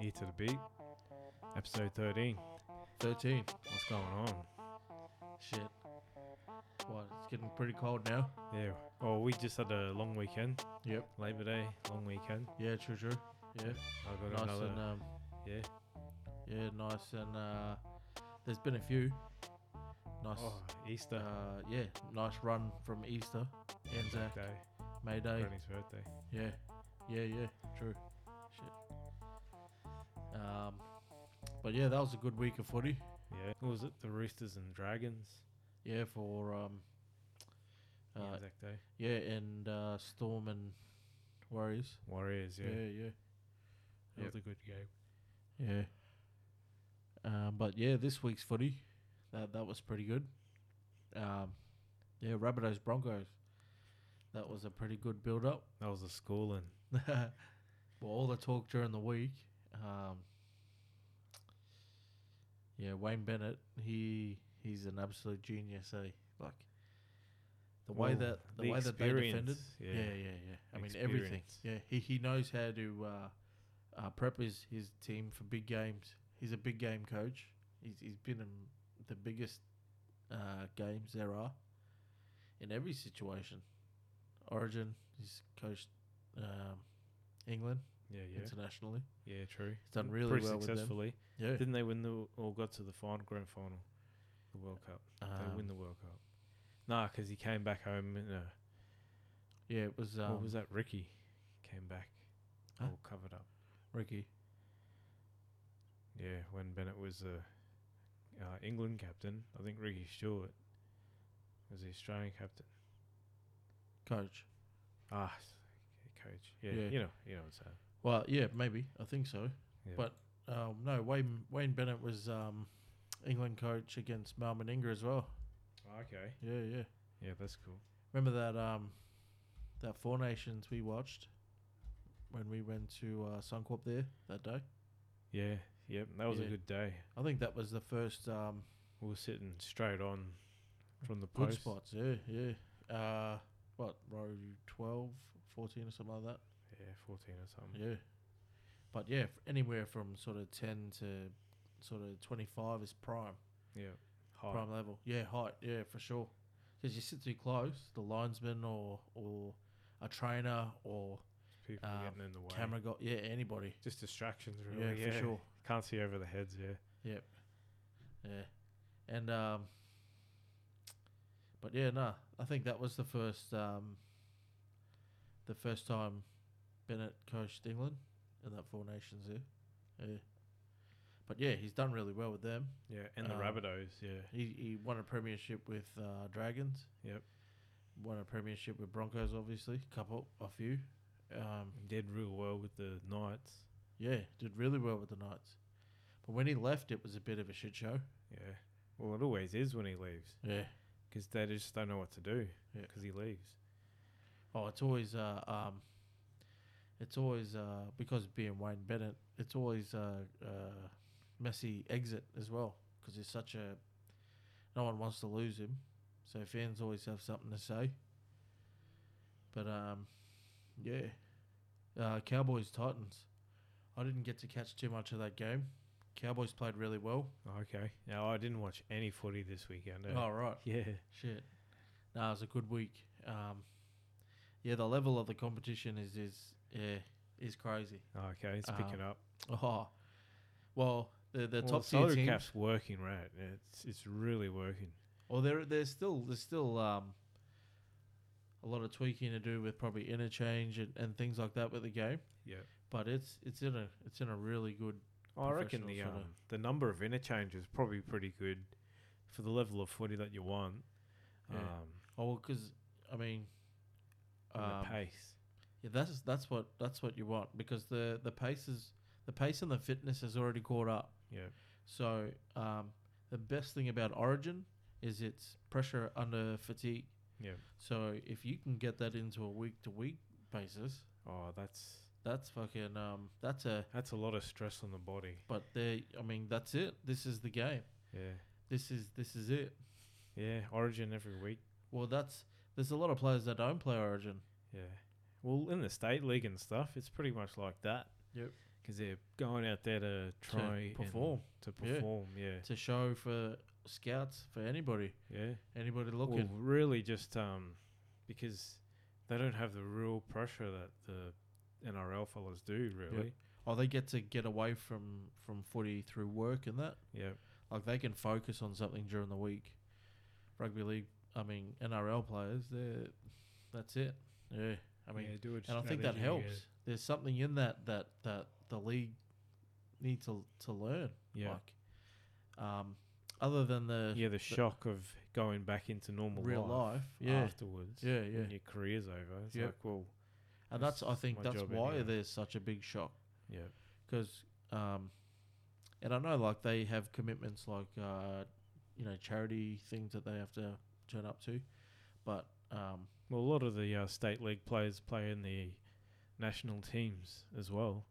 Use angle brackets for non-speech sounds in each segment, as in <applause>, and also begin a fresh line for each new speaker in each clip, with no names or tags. E to the B, episode 13.
13.
What's going on?
Shit. What? It's getting pretty cold now.
Yeah, well, we just had a long weekend,
Yep.
Labor Day, long weekend.
Yeah, true, true. Yeah.
I got
nice
another.
and um.
yeah.
Yeah, nice and uh. There's been a few. Nice.
Oh, Easter.
Uh, yeah, nice run from Easter, Anzac,
Day.
May Day.
Granny's birthday.
Yeah, yeah, yeah, true. Shit. Um, but yeah, that was a good week of footy.
Yeah. What was it? The Roosters and Dragons.
Yeah, for um, uh,
Anzac Day.
yeah, and uh, Storm and Warriors.
Warriors, yeah.
Yeah, yeah,
That was
Yep.
a good game.
yeah. Um, but yeah, this week's footy, that that was pretty good. Um, yeah, Rabbitohs Broncos. That was a pretty good build up.
That was a schooling.
<laughs> well, all the talk during the week, um, yeah, Wayne Bennett, he he's an absolute genius. Eh? Like the way
Well,
that the,
the
way that they defended,
experience,
yeah,
yeah.
yeah, yeah. I mean everything.
Experience.
Yeah, he he knows how to uh, uh, prep his his team for big games. He's a big game coach. He's he's been in the biggest uh, games there are in every situation. Origin, he's coached um, England
Yeah, yeah.
internationally.
yeah, true.
He's done
Mm,
really
Pretty
well with them.
successfully.
Yeah.
Didn't they win the, or got to the final, grand final? The World Cup. they win
Um,
the World Cup. Nah, because he came back home in a.
yeah, it was, um,
what was that? Ricky came back,
Huh?
all covered up.
Ricky.
Yeah, when Bennett was uh, uh, England captain, I think Ricky Stewart was the Australian captain.
Coach.
Ah, s- coach. Yeah,
Yeah.
you know, you know what's that.
Well, yeah, maybe. I think so.
Yeah.
But um, no, Wayne Wayne Bennett was um, England coach against Mal Meninga as well.
Oh, okay,
Yeah, yeah.
yeah, that's cool.
Remember that um, that Four Nations we watched when we went to uh, Suncorp there that day?
Yeah, yep, that was
Yeah.
a good day.
I think that was the first um,
We were sitting straight on from the
Good
post.
spots, yeah, yeah. Uh, what, row 12, 14 or something like that?
Yeah, fourteen or something.
Yeah. But yeah, f- anywhere from sort of 10 to sort of 25 is prime,
Yeah, High.
prime level. Yeah, height, yeah, for sure. Because you sit too close, the linesman or, or a trainer or
people
um,
getting in the way.
camera guy, yeah, anybody.
Just distractions, really.
Yeah, for sure.
Can't see over the heads. Yeah.
Yep. Yeah. And um but yeah, no, I think that was the first um the first time Bennett coached England in that four nations there. Yeah. But yeah, he's done really well with them.
Yeah, and the
Um,
Rabbitohs. Yeah.
He he won a premiership with uh, Dragons.
Yep.
Won a premiership with Broncos obviously, couple a few. Um
Did real well with the Knights.
yeah, did really well with the Knights. But when he left it was a bit of a shit show.
Yeah. Well, it always is when he leaves
Yeah.
because they just don't know what to do
Yeah.
because he leaves.
Oh, it's always uh, um, it's always uh, because of being Wayne Bennett, it's always uh, uh, messy exit as well because he's such a no one wants to lose him, so fans always have something to say. But um, yeah, uh, Cowboys Titans. I didn't get to catch too much of that game. Cowboys played really well.
Okay. Now, I didn't watch any footy this weekend. eh?
All right. oh, right.
Yeah.
Shit. Nah, it was a good week. Um, yeah, the level of the competition is is yeah is crazy. <laughs>
Okay. It's picking up.
Oh, well, the the
Well,
top
Solo
tier teams.
Cap's working, right? It's it's really working.
Well, there there's still there's still um a lot of tweaking to do with probably interchange and, and things like that with the game.
Yeah.
But it's it's in a it's in a really good.
I reckon
Professional
the
sorta.
um, the number of interchanges probably pretty good for the level of footy that you want.
Yeah.
Um,
Oh, because I mean,
and
um,
the pace.
yeah, that's that's what that's what you want because the the pace is the pace and the fitness has already caught up.
Yeah.
So um, the best thing about Origin is it's pressure under fatigue.
Yeah.
So if you can get that into a week to week basis,
Oh, that's
that's fucking um, that's a.
that's a lot of stress on the body.
But they, I mean, that's it. This is the game.
Yeah.
This is this is it.
Yeah. Origin every week.
Well, that's there's a lot of players that don't play Origin.
Yeah. Well, in the state league and stuff, it's pretty much like that.
Yep.
because they're going out there to try
to perform
and to
yeah.
perform. Yeah,
to show for scouts for anybody,
yeah.
anybody
Well,
looking.
really, just um, because they don't have the real pressure that the NRL fellas do. Really,
Oh, they get to get away from from footy through work and that.
yeah,
Like they can focus on something during the week. Rugby league, I mean NRL players, they that's it. Yeah, I mean,
yeah, do it
and I think that
strategy,
helps. There's something in that that that the league need to to learn.
Yeah, yeah.
Like, um, other than the
Yeah, the shock of going back into normal
real
life, Ah,
life, yeah,
afterwards.
yeah, yeah.
when your career's over, it's
Yep.
like, well,
And that's I
That's
think
my
that's
job
why
anyway.
there's such a big shock
yeah,
because um, and I know like they have commitments like uh, you know charity things that they have to turn up to, but um,
Well, a lot of the uh, state league players play in the national teams as well.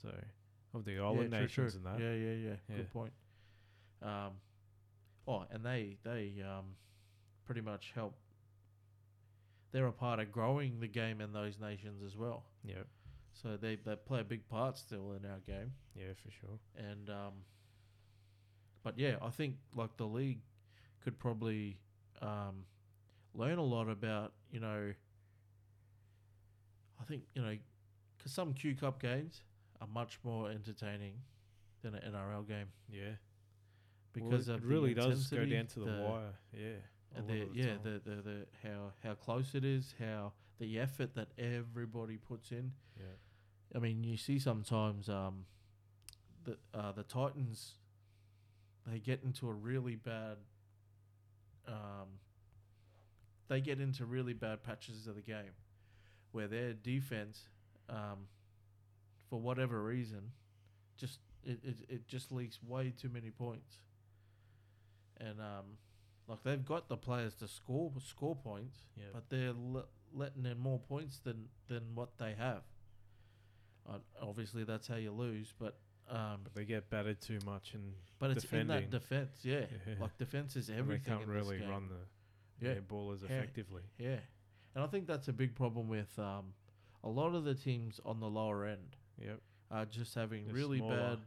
So, of the
yeah,
island
true, true.
nations and that.
yeah, yeah, yeah,
Yeah.
good point. Um, oh, and they they um, pretty much help. They're a part of growing the game in those nations as well,
Yeah.
so they they play a big part still in our game.
Yeah, for sure.
and um, but yeah, I think like the league could probably um, learn a lot about you know. I think you know, because some Q Cup games are much more entertaining than an NRL game
Yeah. Well,
because
it,
of
it
the
really does go
intensity,
down to the, wire. Yeah. a
and
lot
the,
of
yeah,
time.
the, the the how how close it is, how the effort that everybody puts in.
yeah.
I mean, you see sometimes um, the uh, the Titans they get into a really bad um, they get into really bad patches of the game where their defense um, for whatever reason just it, it, it just leaks way too many points and um, like they've got the players to score score points
Yeah.
but they're le- letting in more points than than what they have. Uh, obviously, that's how you lose, but um,
But they get battered too much and
but it's in
defending.
that defense, yeah.
<laughs> Yeah.
Like defense is
and they
everything.
can't
in this
really
game.
run the
Yeah,
their ball as
Yeah.
effectively.
yeah, and I think that's a big problem with um, a lot of the teams on the lower end
Yep.
are just having
They're
really
smaller.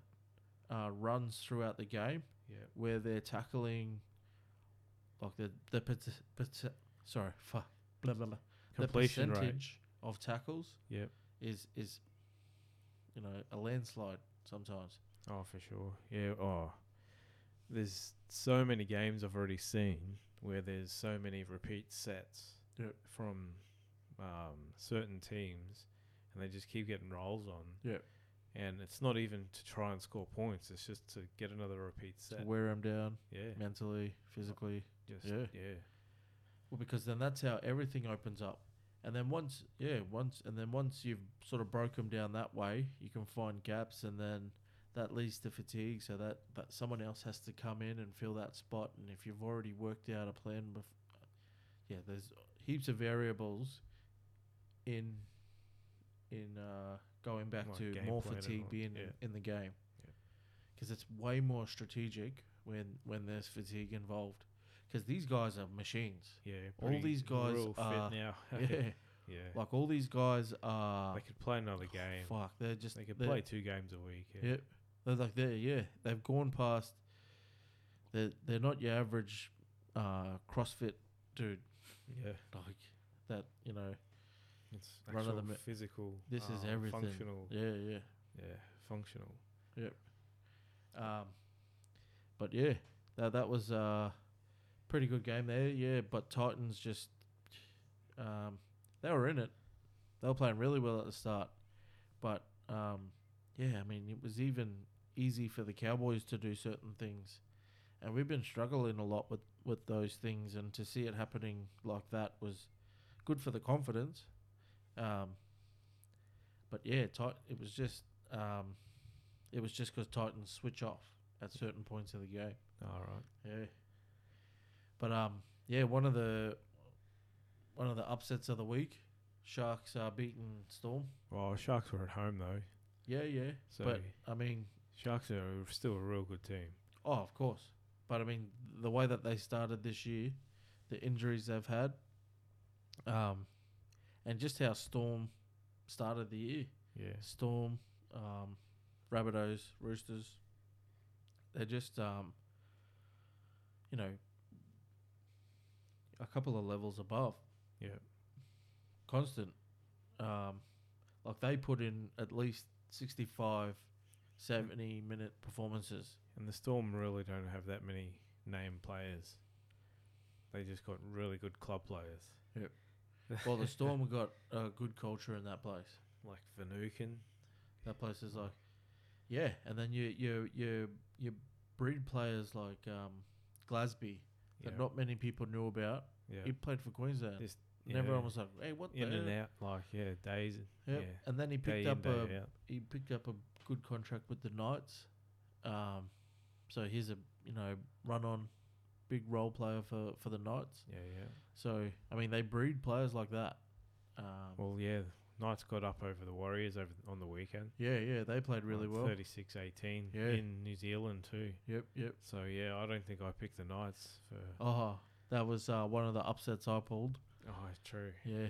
bad uh, runs throughout the game
Yep.
where they're tackling like the the pati- pati- sorry fuck blah blah blah
Completion
the
rate.
percentage of tackles
Yep.
is is you know a landslide sometimes.
Oh, for sure. Yeah. Oh, there's so many games I've already seen where there's so many repeat sets
Yep.
from um, certain teams, and they just keep getting rolls on.
Yep.
And it's not even to try and score points; it's just to get another repeat
To
set.
wear them down
yeah.
mentally, physically.
Just yeah.
yeah. Well, because then that's how everything opens up. And then once, yeah, once, and then once you've sort of broke them down that way, you can find gaps, and then that leads to fatigue. So that that someone else has to come in and fill that spot. And if you've already worked out a plan, bef- yeah, there's heaps of variables in in uh, going back
Like
to
game
more
plan and
fatigue
all-
being
yeah.
in the game,
Yeah.
because it's way more strategic when when there's fatigue involved. Because these guys are machines.
Yeah.
All
pretty-
these guys
real
are-
fit now.
<laughs> Yeah,
<laughs> yeah.
like all these guys are.
they could play another game.
Fuck, they're just.
They could
they're-
play two games a week. Yeah.
Yep, they're like they're yeah. They've gone past. They're they're not your average, uh, CrossFit dude.
yeah.
Like that, you know.
It's
Rather
actual
than-
physical.
This is
um,
everything.
Functional.
Yeah, yeah.
Yeah. Functional.
Um, but yeah, that that was a pretty good game there. Yeah, but Titans just um, they were in it. They were playing really well at the start, but um, yeah, I mean it was even easy for the Cowboys to do certain things, and we've been struggling a lot with with those things, and to see it happening like that was good for the confidence. Um, but yeah, tight. It was just um, it was just because Titans switch off at certain points of the game.
All right.
Yeah. But um, yeah, one of the one of the upsets of the week, Sharks are beating Storm.
Well, Sharks were at home though,
Yeah, yeah.
so
but I mean,
Sharks are still a real good team.
oh, of course. But I mean, the way that they started this year, the injuries they've had, um, and just how Storm started the year.
Yeah,
Storm, um, Rabbitohs, Roosters. They're just, um, you know, a couple of levels above.
Yeah.
Constant. Um, like they put in at least 65, 70 minute performances.
<laughs> And the Storm really don't have that many name players. They just got really good club players.
Yep. Well, the Storm got a good culture in that place.
like Vanuken.
That place is like, yeah. And then you you you you breed players like um, Glasby
Yeah.
that not many people knew about.
yeah.
He played for Queensland.
Just-
and everyone
yeah.
was like, "Hey, what
in
the?"
and
heck?
out, like yeah, days.
Yep.
Yeah.
And then he
Day
picked
in,
up
day
a
out.
he picked up a good contract with the Knights. Um, so he's a you know run on big role player for for the Knights.
Yeah, yeah.
So I mean, they breed players like that. Um,
Well, yeah, Knights got up over the Warriors over on the weekend.
yeah, yeah, they played really well.
36 18
Yeah.
in New Zealand, too.
Yep, yep.
So, yeah, I don't think I picked the Knights for. Oh,
Oh, that was uh, one of the upsets I pulled.
oh, true.
Yeah,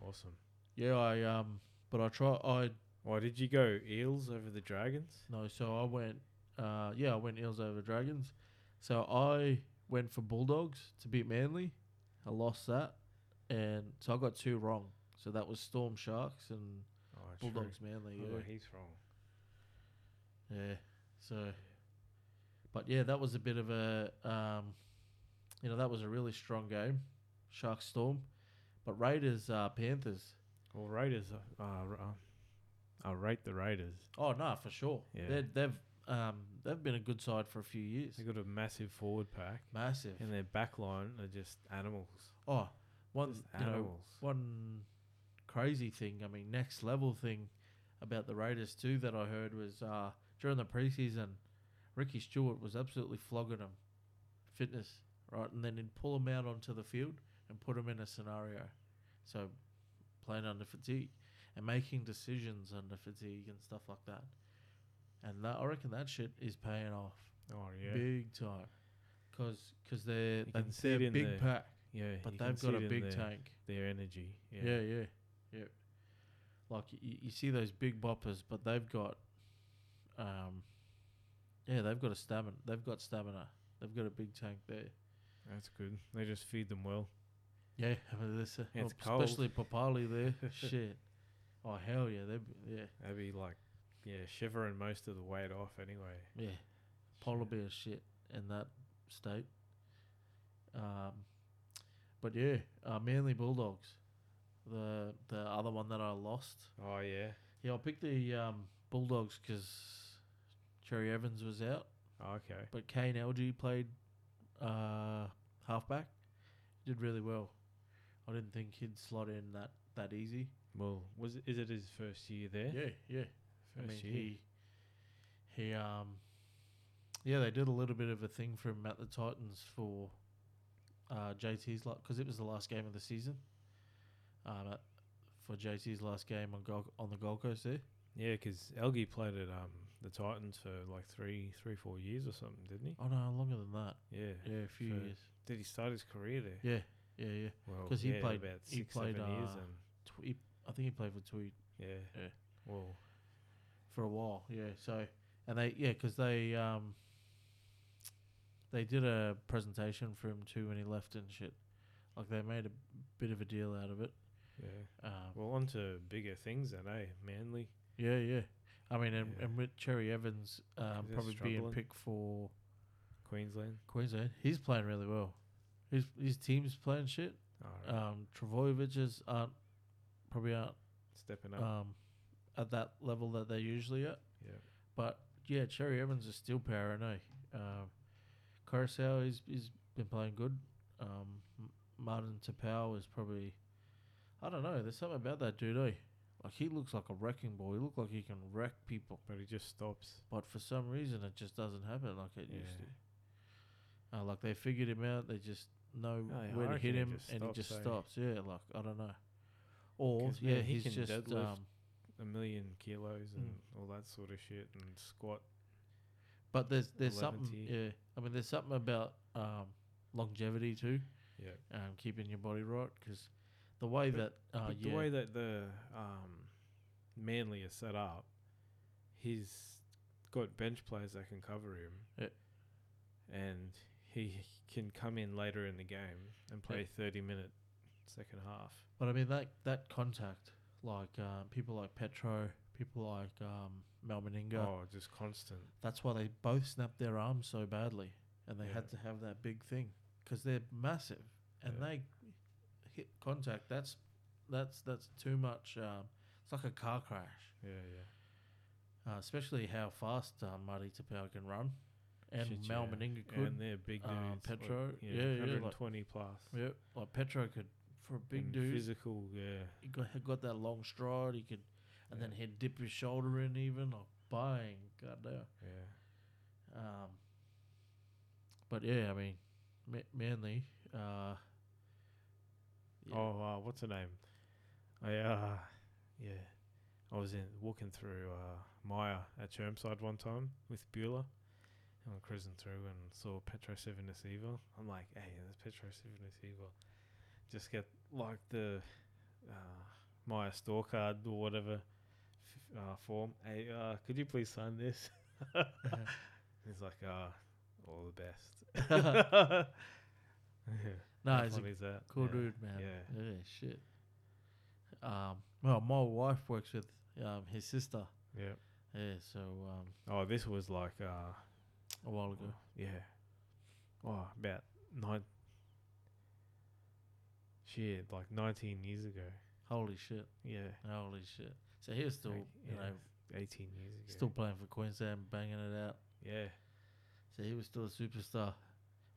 Awesome.
yeah. I um, but I try. I
Why did you go Eels over the Dragons?
no. So I went. Uh, yeah, I went Eels over Dragons. So I went for Bulldogs to beat Manly. I lost that, and so I got two wrong. So that was Storm Sharks and
Oh, true.
Bulldogs Manly.
Oh,
Yeah.
he's wrong.
Yeah. So, but yeah, that was a bit of a, um, you know, that was a really strong game, Sharks Storm, but Raiders uh, Panthers.
Well, Raiders, uh, uh, I rate the Raiders.
Oh no, for sure.
Yeah.
They're, they've um, they've been a good side for a few years.
They've got a massive forward pack,
Massive.
and their back line are just animals.
Oh, one
Just
you know
animals.
one crazy thing. I mean, next level thing about the Raiders too that I heard was uh, during the preseason, Ricky Stewart was absolutely flogging them, fitness right, and then he'd pull them out onto the field and put them in a scenario, so playing under fatigue and making decisions under fatigue and stuff like that. And that, I reckon that shit is paying off
Oh, yeah.
big time, because cause they're,
You
they-
can see
they're
it in
big
the-
pack,
Yeah.
but
you can
they've
see
got
it
a
in
big
their,
tank.
Their energy. Yeah.
Yeah, yeah, yeah. Like you, you see those big boppers, but they've got, um, yeah, they've got a stamina. They've got stamina. They've got a big tank there.
That's good. They just feed them well.
Yeah, I mean, this, uh,
Yeah, it's
<laughs> well, especially Papali there. <laughs> Shit. Oh hell yeah, they yeah
They'd be like, yeah, shivering most of the weight off anyway.
yeah polar bear shit in that state. Um, but yeah, uh, Manly Bulldogs, the the other one that I lost.
Oh yeah.
Yeah, I picked the um, Bulldogs because Cherry Evans was out,
Oh, okay.
but Kane Algie played uh, halfback. Did really well. I didn't think he'd slot in that, that easy.
Well, was it, is it his first year there?
yeah. yeah. I
First
mean,
year.
he, he, um, yeah, they did a little bit of a thing for him at the Titans for uh, JT's lot because it was the last game of the season. Um, at, for JT's last game on Gold, on the Gold Coast there.
Yeah, because Elgie played at um the Titans for like three, three, four years or something, didn't
Oh no, longer than that.
he? Yeah.
Yeah, a few
So-
years.
Did he start his career there?
Yeah, yeah, yeah.
Well,
'Cause he
yeah,
played-
about six,
he played,
seven years.
uh,
And
Tw- he, I think he played for Tweed
yeah.
yeah.
Well,
for a while. Yeah. So and they yeah, 'cause they um they did a presentation for him too when he left and shit. Like they made a bit of a deal out of it.
yeah.
Um,
Well, on to bigger things then, eh? Manly.
yeah, yeah. I mean, and,
Yeah.
and with Cherry Evans um,
'Cause they're
probably being
struggling.
picked for
Queensland.
Queensland, he's playing really well. His his team's playing shit.
All right.
Um, Travojevich's aren't probably aren't
Stepping up.
um, at that level that they're usually at.
yeah.
But yeah, Cherry Evans is still powering, eh? Um, Curacao is is been playing good. Um, M- Martin Tapau is probably, I don't know. There's something about that dude, eh? Like he looks like a wrecking ball. He looks like he can wreck people,
But he just stops.
but for some reason it just doesn't happen like it used
Yeah.
to. Uh, like they figured him out. They just know
Oh, yeah, I
where to
reckon
hit
he
him,
just
and he
stops,
just
eh?
stops. Yeah, like I don't know. Or
'Cause, man,
yeah,
he
he's
can
just
deadlift
um,
A million kilos
Mm.
and all that sort of shit and squat.
But there's there's
11th
something,
year.
yeah. I mean, there's something about um, longevity too,
Yeah.
um, keeping your body right, because the way
But-
that, uh,
but
yeah,
the way that the um, Manly is set up, his got bench players that can cover him.
Yeah.
And he can come in later in the game and play 30 minute second half.
But I mean that that contact, like um, people like Petro, people like um, Mal Meninga,
Oh, just constant.
that's why they both snapped their arms so badly, and they
Yeah.
had to have that big thing because they're massive and
Yeah.
they hit contact. That's that's that's too much. Um, it's like a car crash,
Yeah, yeah.
uh, especially how fast uh, Marty Tapau can run, and
Shit,
Mal
yeah.
Meninga
And
could.
they're big dudes.
um,
like,
Petro,
yeah,
yeah, yeah, like-
120 plus.
Yep, like Petro could for a big
And
dude.
Physical, yeah.
he got, he got that long stride. He could, and then
Yeah.
he'd dip his shoulder in even. Like, bang, goddamn.
Yeah.
Um, but yeah, I mean, Ma- Manly. Uh, yeah.
Oh, uh, what's her name? I, uh, yeah. I was in walking through uh, Maya at Chermside one time with Bueller. And I'm cruising through and saw Petro Sivanasiva. I'm like, hey, there's Petro Sivanasiva. Just get like the uh, Maya store card or whatever f- uh, form. Hey, uh, could you please sign
<laughs>
this? He's like, uh, all the
<laughs>
best. <laughs>
no,
How
he's a
funny is that?
cool
Yeah.
dude, man.
yeah.
yeah, shit. Um, well, my wife works with um his sister.
Yeah.
Yeah, so um,
Oh, this was like, uh,
a while ago.
yeah, oh, about nine. Shit, like nineteen years ago.
Holy shit!
Yeah,
Holy shit! So he was still,
Like,
you
yeah,
know,
eighteen years ago.
still playing for Queensland, banging it out.
Yeah.
So he was still a superstar.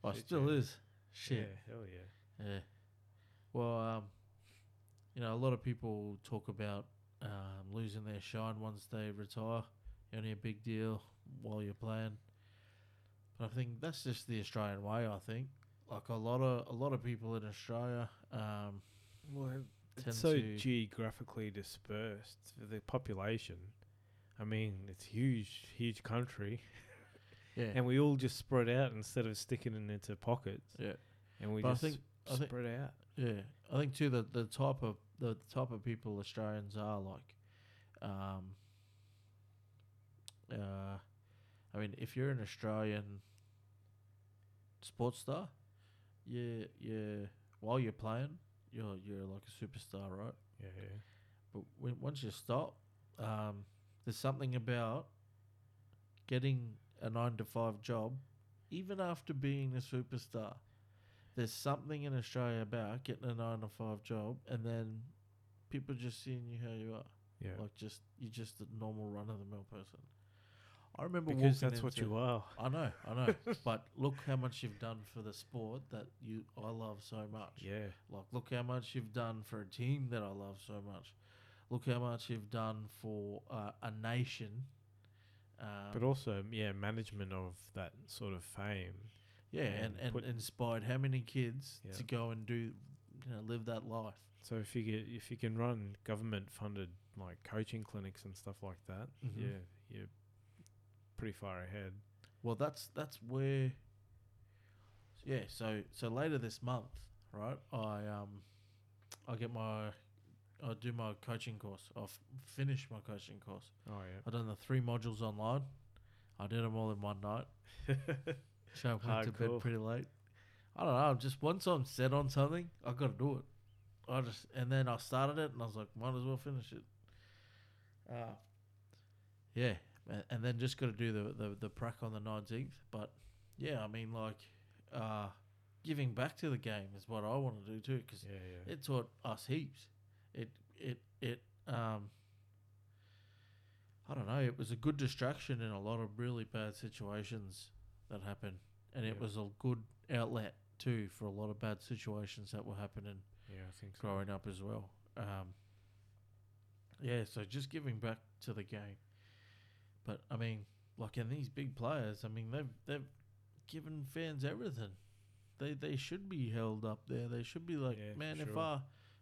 Well,
Shit,
still
yeah.
is. Shit.
Yeah. Hell yeah.
Yeah. Well, um, you know, a lot of people talk about um, losing their shine once they retire. Only a big deal while you're playing. But I think that's just the Australian way. I think like a lot of a lot of people in Australia. Um,
Well,
tend
it's so
to-
geographically dispersed. for The population. I mean, it's huge, huge country,
yeah.
and we all just spread out instead of sticking it into pockets.
Yeah.
And we
But I
just
think- I think-
spread out.
Yeah, I think too that the type of the type of people Australians are like, um, uh, I mean, if you're an Australian sports star, yeah, yeah, while you're playing, you're you're like a superstar, right?
Yeah. Yeah.
But when, once you stop, um, there's something about getting a nine to five job, even after being a superstar. There's something in Australia about getting a nine to five job, and then people just seeing you how you are,
Yeah.
like just you're just a normal run of the mill person. I remember
because
walking
that's what
into-
you are.
I know, I
<laughs>
know. but look how much you've done for the sport that you I love so much.
Yeah.
Like, look how much you've done for a team that I love so much. Look how much you've done for uh, a nation. Um,
but also yeah management of that sort of fame
yeah, and,
and
and
put-
inspired how many kids
Yeah.
to go and do, you know, live that life.
so if you get, if you can run government funded like coaching clinics and stuff like that
Mhm.
yeah you're pretty far ahead
Well, that's that's where. Yeah, so so later this month, right? I um, I get my, I do my coaching course. I've finished my coaching course.
oh <laughs> yeah
I've done the three modules online. I did them all in one night. so I went to bed
Hardcore.
pretty late. I don't know. I'm Just once I'm set on something, I got to do it. I just and then I started it, and I was like, might as well finish it. Uh, yeah, a- and then just got to do the, the the prac on the 19th. But yeah, I mean, like, uh, giving back to the game is what I want to do too, because
yeah yeah
it taught us heaps. It it it um I don't know, it was a good distraction in a lot of really bad situations that happened. And it
Yeah.
was a good outlet too for a lot of bad situations that were happening
yeah i think so
growing up as well. Um, yeah, so just giving back to the game. But I mean, like in these big players, I mean they've they've given fans everything. They they should be held up there. They should be like,
Yeah, for
man, if
sure.
I,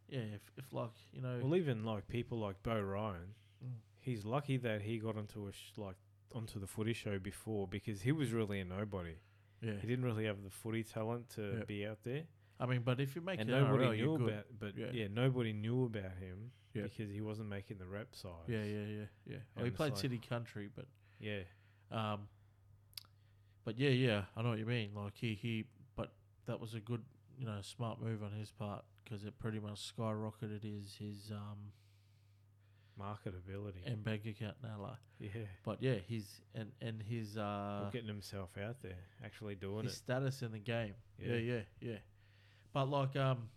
yeah, if if like you know,
well even like people like bo ryan
Mm.
he's lucky that he got onto a sh- like onto the footy show before because he was really a nobody he
yeah.
didn't really have the footy talent to
Yeah.
be out there
I mean, but if you make
and
it
nobody
NRL,
knew
you're good.
about but
Yeah.
yeah. nobody knew about him
Yeah.
because he wasn't making the rep side
Yeah, yeah, yeah, yeah. Well,
And
he
it's
played
like-
City Country, but
yeah
Um, but yeah, yeah, I know what you mean. Like he, he, but that was a good, you know, smart move on his part because it pretty much skyrocketed his his um
Marketability.
and bank account now. Like,
yeah.
but yeah, his and and his
Or
uh
getting himself out there, actually doing
his
it.
status in the game. Yeah.
Yeah.
yeah, yeah, But like um,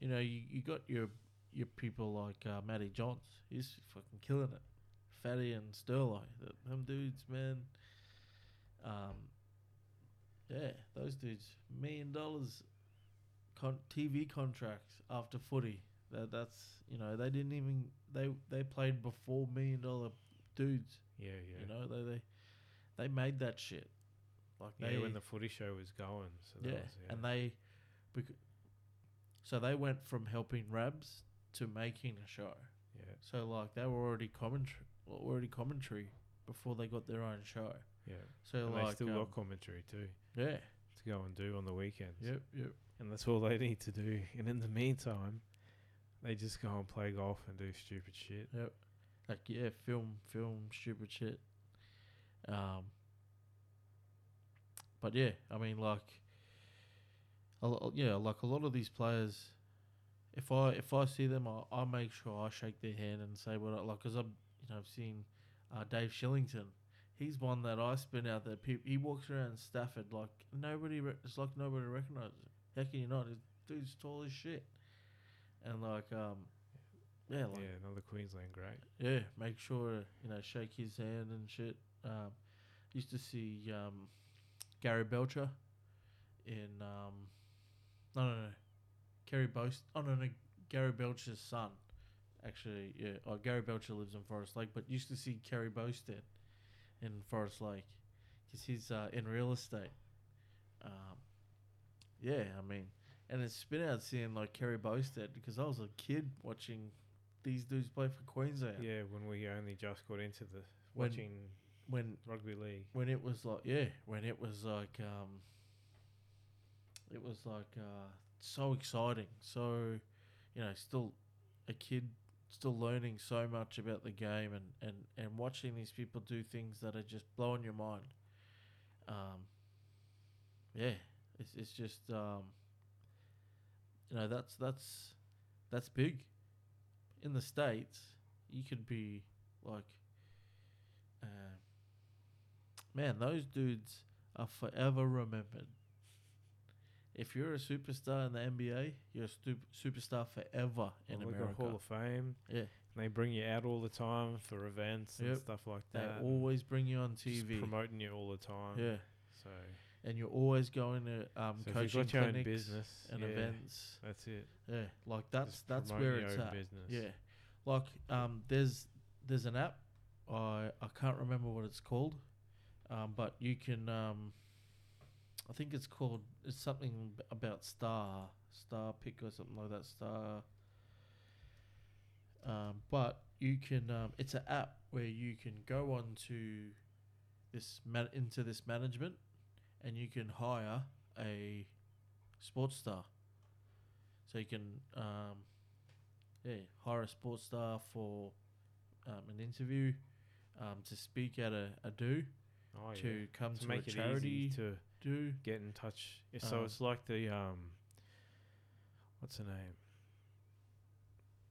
you know, you, you got your your people like uh, Matty Johns. He's fucking killing it. Fatty and Sterling, th- them dudes, man. Um, yeah, those dudes, million dollars, con- TV contracts after footy. That that's you know they didn't even they they played before million dollar dudes.
Yeah, yeah.
You know they they they made that shit. Like
yeah,
they
when the footy show was going. So that
yeah,
was, yeah.
and they, becau- so they went from helping Rabs to making a show.
yeah,
So like they were already commentary, already commentary before they got their own show.
yeah.
So
And they
like,
still
um,
got commentary too
yeah,
to go and do on the weekends.
yep, yep,
And that's all they <laughs> need to do. And in the meantime, they just go and play golf and do stupid shit.
yep. Like yeah, film, film, stupid shit. Um, but yeah, I mean like, a lo- yeah, like a lot of these players. if I if I see them, I I make sure I shake their hand and say what I like because I'm you know I've seen uh, Dave Shillington. He's one that I spin out that people. He walks around Stafford like nobody. Re- it's like nobody recognizes him. How can you not? This dude's tall as shit, and like um, yeah, like
yeah, another Queensland great.
yeah, make sure you know shake his hand and shit. Um, used to see um, Gary Belcher in um, no no no, Kerry Boast. Oh no no, Gary Belcher's son. Actually, yeah. Oh, Gary Belcher lives in Forest Lake, but used to see Kerry Boasted in Forest Lake because he's uh, in real estate. Um, yeah, I mean, and it's been out seeing like Kerry Boasted because I was a kid watching these dudes play for Queensland.
Yeah, when we only just got into the
When-
watching
When
rugby league.
when it was like yeah, when it was like um, it was like uh, so exciting. So, you know, still a kid, still learning so much about the game and and and watching these people do things that are just blowing your mind. Um, yeah, it's it's just um, you know that's that's that's big. In the states, you could be like. Uh, man, those dudes are forever remembered. If you're a superstar in the NBA, you're a stu- superstar forever in
Well, look at
America.
Oh, Hall of Fame.
Yeah.
And they bring you out all the time for events and
Yep.
stuff like
They
that.
always bring you on
Just
TV.
promoting you all the time.
Yeah,
So,
and you're always going to um,
so if
coaching
you've got your own
clinics
business
and
yeah,
events.
That's it.
Yeah, like that's
Just
that's
promoting
where
your
it's
own
at.
Business.
Yeah, like um, there's there's an app. I I can't remember what it's called, um, but you can um, I think it's called it's something b- about star star pick or something like that star. Um, but you can um, it's an app where you can go on to this man- into this management, and you can hire a sports star. So you can um, yeah, hire a sports star for um, an interview, um, to speak at a, a do,
Oh,
to
yeah.
come to,
To make
a
it
charity
easy to
do.
get in touch. Yeah, so
Um,
it's like the um, what's the name?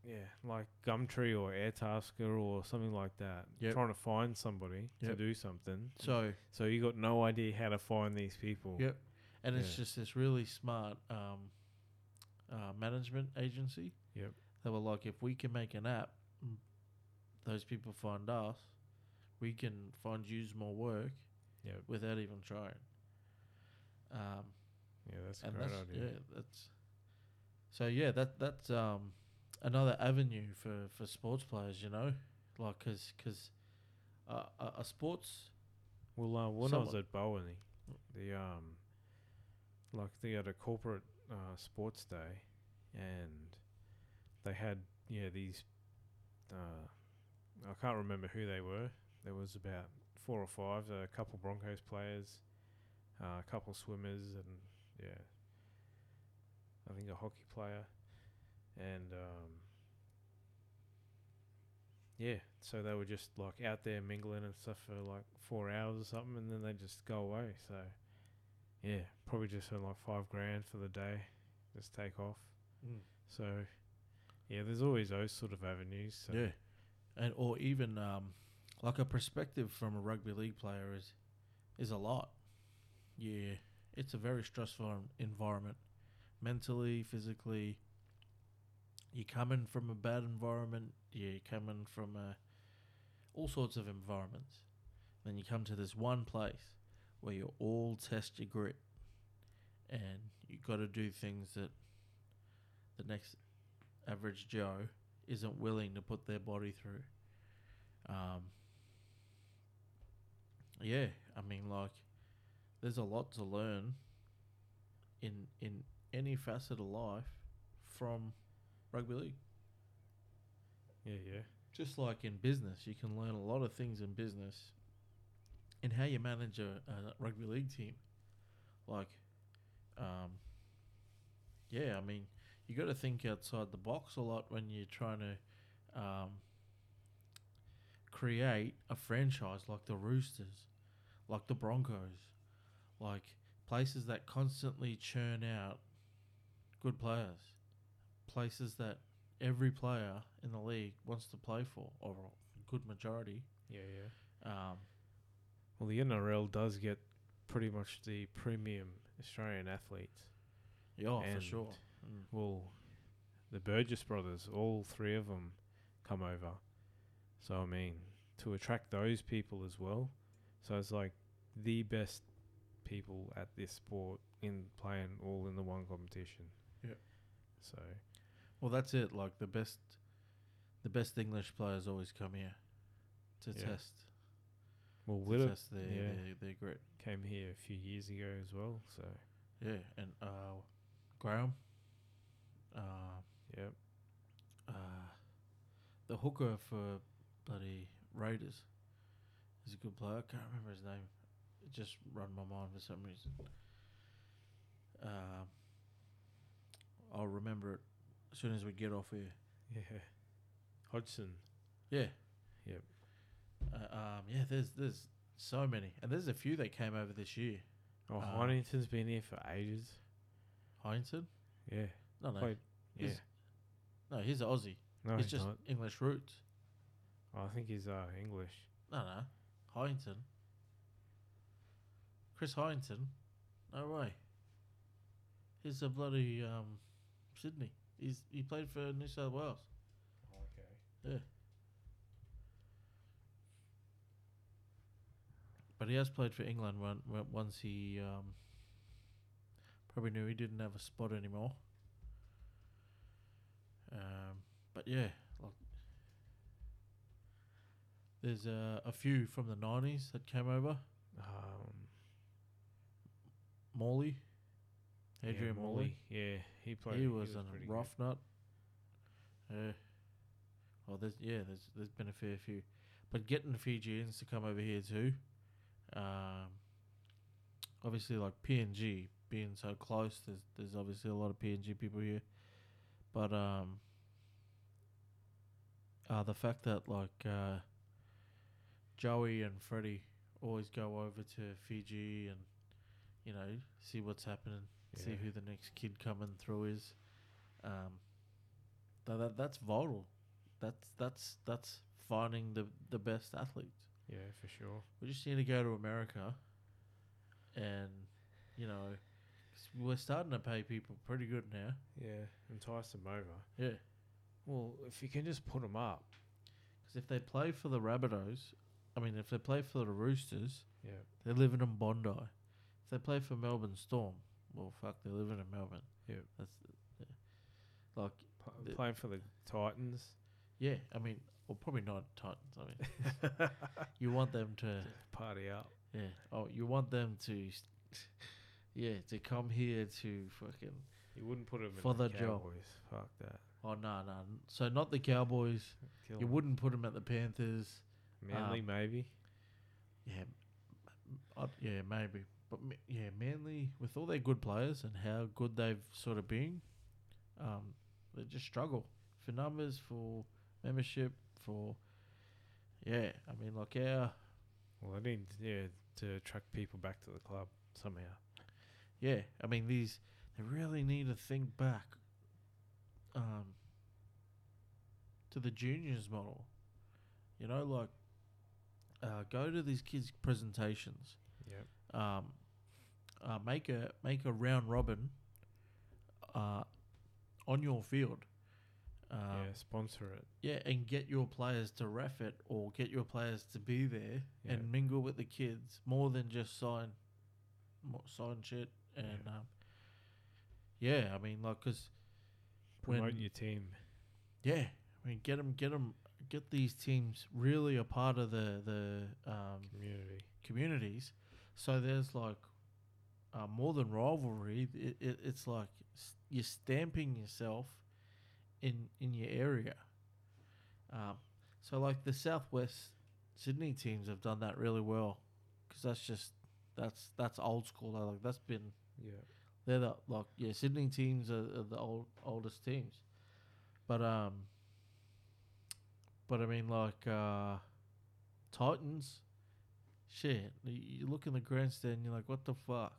Yeah, like Gumtree or AirTasker or something like that.
Yep.
Trying to find somebody to
Yep.
do something.
So
So you got no idea how to find these people.
Yep. and it's
Yeah.
just this really smart um, uh, management agency.
Yep.
They were like, if we can make an app, mm, those people find us, we can find you more work
Yep.
without even trying. Um,
Yeah, that's a
and
great
that's
idea.
yeah, that's so yeah, that that's um another avenue for for sports players, you know, like because because uh, a, a sports
Well, uh, when I was
Someone-
at Bowen, the um, like they had a corporate uh, sports day, and they had yeah these, uh, I can't remember who they were. There was about four or five, a couple Broncos players, uh, a couple swimmers, and yeah, I think a hockey player, and um, yeah, so they were just like out there mingling and stuff for like four hours or something, and then they just go away. So yeah, probably just earn like five grand for the day, just take off. So yeah, there's always those sort of avenues. So
Yeah, and or even um, like a perspective from a rugby league player is is a lot. Yeah, it's a very stressful en- environment, mentally, physically. You come in from a bad environment. You come in from uh all sorts of environments. Then you come to this one place where you all test your grit, and you got to do things that the next average Joe isn't willing to put their body through. Um, yeah, I mean, like, there's a lot to learn in in any facet of life from rugby league.
yeah, yeah,
Just like in business, you can learn a lot of things in business, and how you manage a, a rugby league team. Like, um, yeah, I mean, you got to think outside the box a lot when you're trying to um, create a franchise like the Roosters, like the Broncos, like places that constantly churn out good players, places that every player in the league wants to play for, or a good majority.
yeah, yeah.
Um,
Well, the NRL does get pretty much the premium Australian athletes.
yeah, for
And-
sure. Mm.
Well, the Burgess brothers, all three of them come over. So, I mean, to attract those people as well. So, it's like the best people at this sport in playing all in the one competition.
Yeah.
So,
Well, that's it. Like the best, the best English players always come here to
Yeah.
test,
well,
to
Willett
test their,
yeah.
their their grit.
came here a few years ago as well. So,
Yeah, and uh, Graham, uh,
yeah.
uh, the hooker for bloody Raiders, is a good player. I can't remember his name. It just run my mind for some reason. Um, I'll remember it as soon as we get off here.
Yeah. Hodgson.
Yeah.
Yep.
Uh, um, yeah, there's there's so many, and there's a few that came over this year.
Oh,
Uh,
Huntington's been here for ages.
Heinson?
Yeah.
No, no,
Played- yeah.
he's- no, he's an Aussie.
No,
he's
he's
just
not.
English roots.
I think he's uh, English.
No, no, Heinson. Chris Heinson? No way. He's a bloody um, Sydney. He's he played for New South Wales. Oh,
Okay.
But he has played for England when, when, once he um, probably knew he didn't have a spot anymore. Um, but yeah, like there's uh, a few from the nineties that came over.
Um,
Morley,
yeah,
Adrian Morley,
Yeah, he played.
he was, a
pretty good.
rough nut. Yeah. Well, there's yeah, there's there's been a fair few, but getting the Fijians to come over here too, um, obviously like PNG being so close, there's there's obviously a lot of PNG people here, but um, uh, the fact that like uh, Joey and Freddie always go over to Fiji and you know see what's happening see
Yeah.
who the next kid coming through is. Um, that, that that's vital. That's that's that's finding the the best athletes.
Yeah, for sure.
We just need to go to America, and you know, 'cause we're starting to pay people pretty good now.
Yeah, entice them over.
Yeah,
Well, if you can just put them up.
because if they play for the Rabbitohs, I mean, if they play for the Roosters,
Yeah.
they're living in Bondi. If they play for Melbourne Storm, well, fuck, they're living in Melbourne.
Yeah.
that's yeah. like
Pl-
The-
playing for the Titans. <laughs>
Yeah, I mean, well, probably not Titans. I mean, you want them to,
Party up.
yeah. Oh, you want them to, s- yeah, to come here to fucking.
You wouldn't put them
For
in the,
the job.
Cowboys. Fuck that.
Oh no, no. So not the Cowboys.
Kill
You
'em.
wouldn't put them at the Panthers.
Manly, maybe.
Yeah, i yeah, maybe. But Ma- yeah, Manly with all their good players and how good they've sort of been, um, they just struggle for numbers, for membership, for Yeah, I mean, like our
Well, they need yeah to attract people back to the club somehow.
yeah, I mean these they really need to think back um to the juniors model. You know, like uh, go to these kids' presentations.
Yep.
Um uh, make a make a round robin uh on your field. Um,
yeah, sponsor it.
yeah, and get your players to ref it or get your players to be there
Yeah.
and mingle with the kids more than just sign, mo- sign shit and
Yeah.
um, yeah. I mean, like, cause
Promote
when-
your team.
yeah, I mean, get them, get them, get these teams really a part of the the um,
community.
communities. So there's like uh, more than rivalry. It, it, it's like s- you're stamping yourself in in your area. Um, so like the Southwest Sydney teams have done that really well because that's just that's that's old school. though, Like that's been
Yeah.
they're the like yeah Sydney teams are, are the old oldest teams, but um. But I mean like uh, Titans, shit. y- You look in the grandstand, you're like, what the fuck?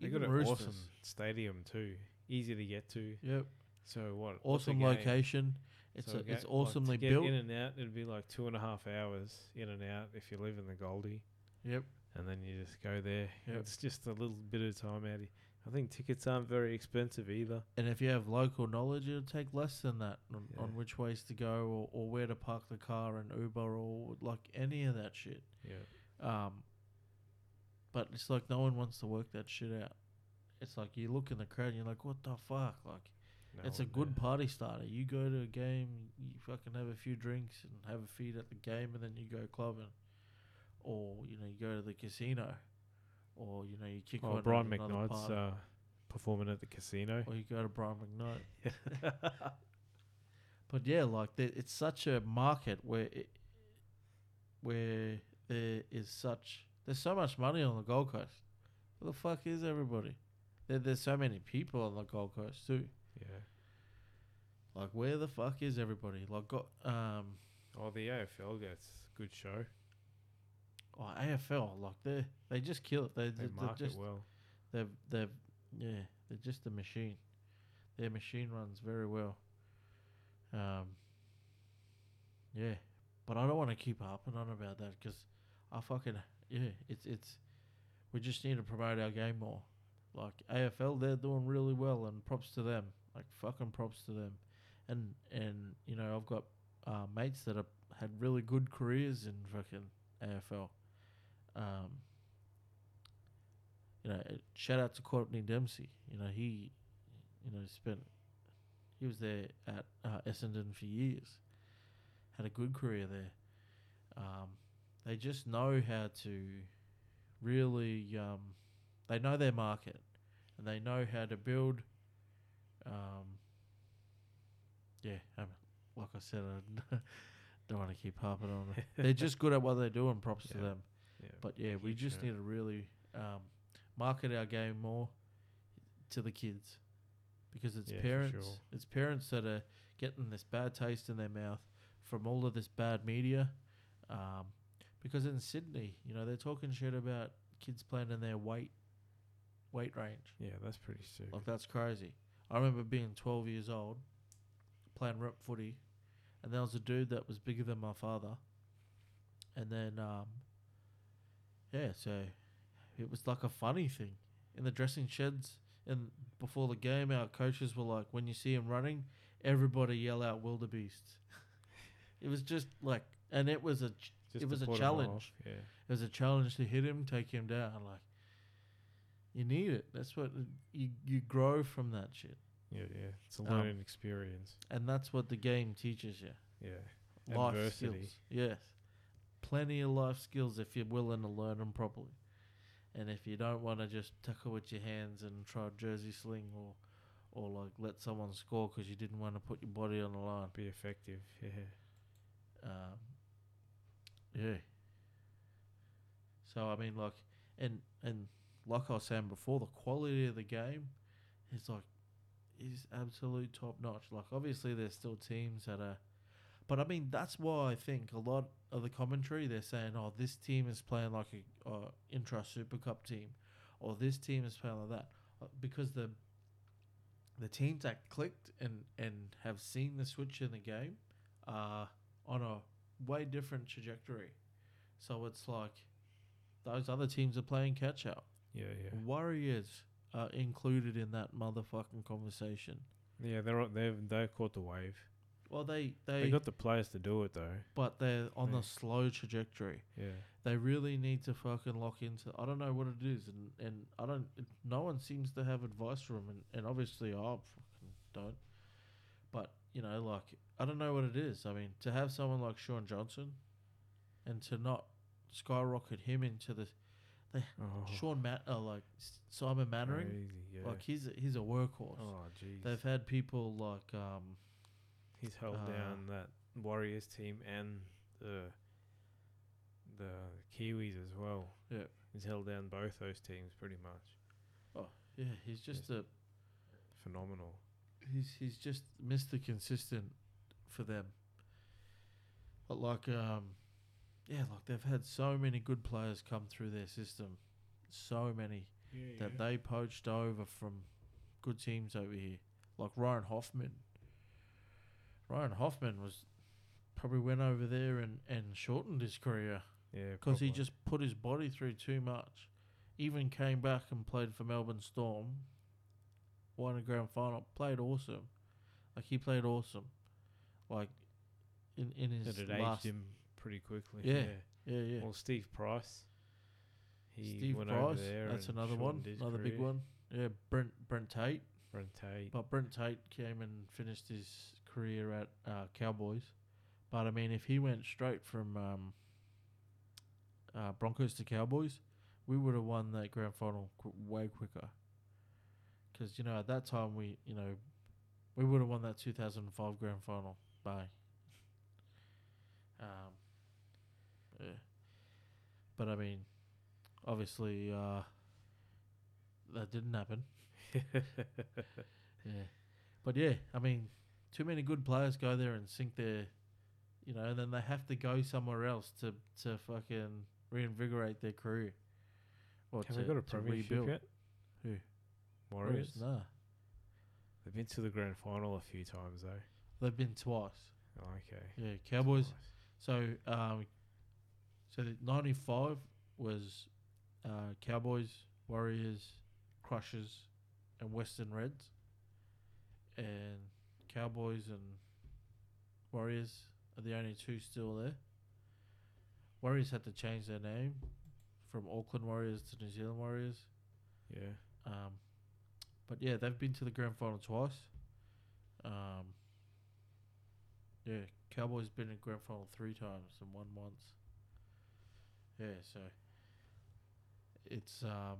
They
Even
got an
Roosters.
awesome stadium too. Easy to get to.
Yep.
So what? what's a
Awesome
game?
location. It's
So
a,
ga-
it's
like,
awesomely
to get
built.
In and out, it'd be like two and a half hours in and out if you live in the Goldie,
Yep.
and then you just go there.
Yep.
It's just a little bit of time out. I think tickets aren't very expensive either.
And if you have local knowledge, it'll take less than that on,
Yeah.
on which ways to go or, or where to park the car and Uber or like any of that shit.
Yeah.
Um, but it's like no one wants to work that shit out. It's like you look in the crowd and you're like, what the fuck? Like,
No uh,
it's a
one
good
there.
party starter. You go to a game, you fucking have a few drinks and have a feed at the game, and then you go clubbing, or you know you go to the casino, or you know you kick on
Oh,
at
Brian
another Oh,
McKnight's
party,
uh, performing at the casino.
<laughs> or you go to Brian McKnight.
<laughs>
But yeah, like the, it's such a market where it, where there is such there's so much money on the Gold Coast. Where the fuck is everybody? There, there's so many people on the Gold Coast too.
Yeah.
Like where the fuck is everybody? Like got um
Oh, the AFL gets good show.
oh, AFL like they they just kill it. They,
They
they
market
just
well.
they've they've yeah they're just a machine. Their machine runs very well. Um. Yeah, but I don't want to keep harping on about that because I fucking yeah it's it's we just need to promote our game more. Like AFL, they're doing really well, and props to them. Like fucking props to them. And and you know I've got uh, mates that have had really good careers in fucking AFL. Um, you know, uh, shout out to Courtney Dempsey. You know he, you know spent he was there at uh, Essendon for years. Had a good career there. Um, they just know how to really. Um, they know their market, and they know how to build. Um, yeah, um, like I said, I <laughs> don't want to keep harping on it. They're just good at what they do, and props to
Yeah.
them.
Yeah.
But yeah, we
Huge
just
shout.
need to really um, market our game more to the kids because it's
Yeah, for
parents,
sure.
it's parents that are getting this bad taste in their mouth from all of this bad media. Um, because in Sydney, you know, they're talking shit about kids playing in their weight weight range.
yeah, that's pretty sick.
Like that's crazy. I remember being 12 years old, playing rep footy, and there was a dude that was bigger than my father. And then, um, yeah, so it was like a funny thing in the dressing sheds. And before the game, our coaches were like, "When you see him running, everybody yell out wildebeest." <laughs> it was just like, and it was a ch-
Just
it
to
was a
put 'em off,
challenge.
Yeah.
it was a challenge to hit him, take him down. Like, you need it. That's what you you grow from that shit.
Yeah, yeah. It's a
Um,
learning experience.
And that's what the game teaches you.
Yeah.
Life
Adversity.
skills. Yes. Plenty of life skills if you're willing to learn them properly. And if you don't want to just tackle with your hands and try a jersey sling or or like let someone score because you didn't want to put your body on the line.
Be effective. Yeah.
Um, yeah. So I mean, like, and and like I was saying before, the quality of the game is like is absolute top notch. Like, obviously, there's still teams that are, But I mean, that's why I think a lot of the commentary they're saying, "Oh, this team is playing like a uh, intra Super Cup team," or "This team is playing like that," Uh, because the the teams that clicked and and have seen the switch in the game are on a way different trajectory. So it's like those other teams are playing catch up.
Yeah, yeah,
Warriors are included in that motherfucking conversation.
yeah. They're all- they've they caught the wave.
Well, they
They,
they,
got the players to do it though.
but they're on
Yeah.
the slow trajectory.
Yeah,
They really need to fucking lock into. I don't know what it is, and and I don't. It, no one seems to have advice for them, and and obviously I fucking don't. But you know, like I don't know what it is. I mean, to have someone like Sean Johnson, and to not skyrocket him into the
oh,
Sean Matt, uh, like S- Simon Mannering,
crazy, yeah.
like he's a- he's a workhorse.
oh jeez,
They've had people like um,
he's held
uh,
down that Warriors team and the the Kiwis as well.
Yeah.
he's held down both those teams pretty much.
yeah, he's just a
Phenomenal.
he's he's just Mr. Consistent for them. But like um yeah, like they've had so many good players come through their system. So many
Yeah,
that they poached over from good teams over here. Like Ryan Hoffman. Ryan Hoffman was probably went over there and, and shortened his career
yeah,
because he
probably.
just put his body through too much. Even came back and played for Melbourne Storm, won a grand final, played awesome. Like he played awesome, like in in his
that it
last.
aged him pretty quickly.
Yeah, Yeah, yeah.
Well, Steve Price. He
Steve
went over
Price,
there.
that's
and
another one,
shortened his
another big
career.
one. Yeah, Brent Brent Tate,
Brent Tate.
but Brent Tate came and finished his career at uh, Cowboys. But I mean, if he went straight from um, uh, Broncos to Cowboys, we would have won that grand final qu- way quicker. Because you know, at that time, we you know, we would have won that 2005 grand final by. <laughs> Um, yeah. But I mean, obviously, uh, that
<laughs>
didn't happen. Yeah. But yeah, I mean, too many good players go there and sink their, you know, and then they have to go somewhere else to to fucking reinvigorate their career. Or
Have we got a premiership yet?
Who?
Warriors.
Nah,
They've been to the grand final a few times though.
they've been twice.
Oh, okay.
Yeah, Cowboys.
Twice.
So, um, so '95 was uh, Cowboys, Warriors, Crushers, and Western Reds, and Cowboys and Warriors are the only two still there. Warriors had to change their name from Auckland Warriors to New Zealand Warriors.
Yeah.
Um, but yeah, they've been to the grand final twice. Um, yeah, Cowboys been in grand final three times and won once. Yeah, so it's um,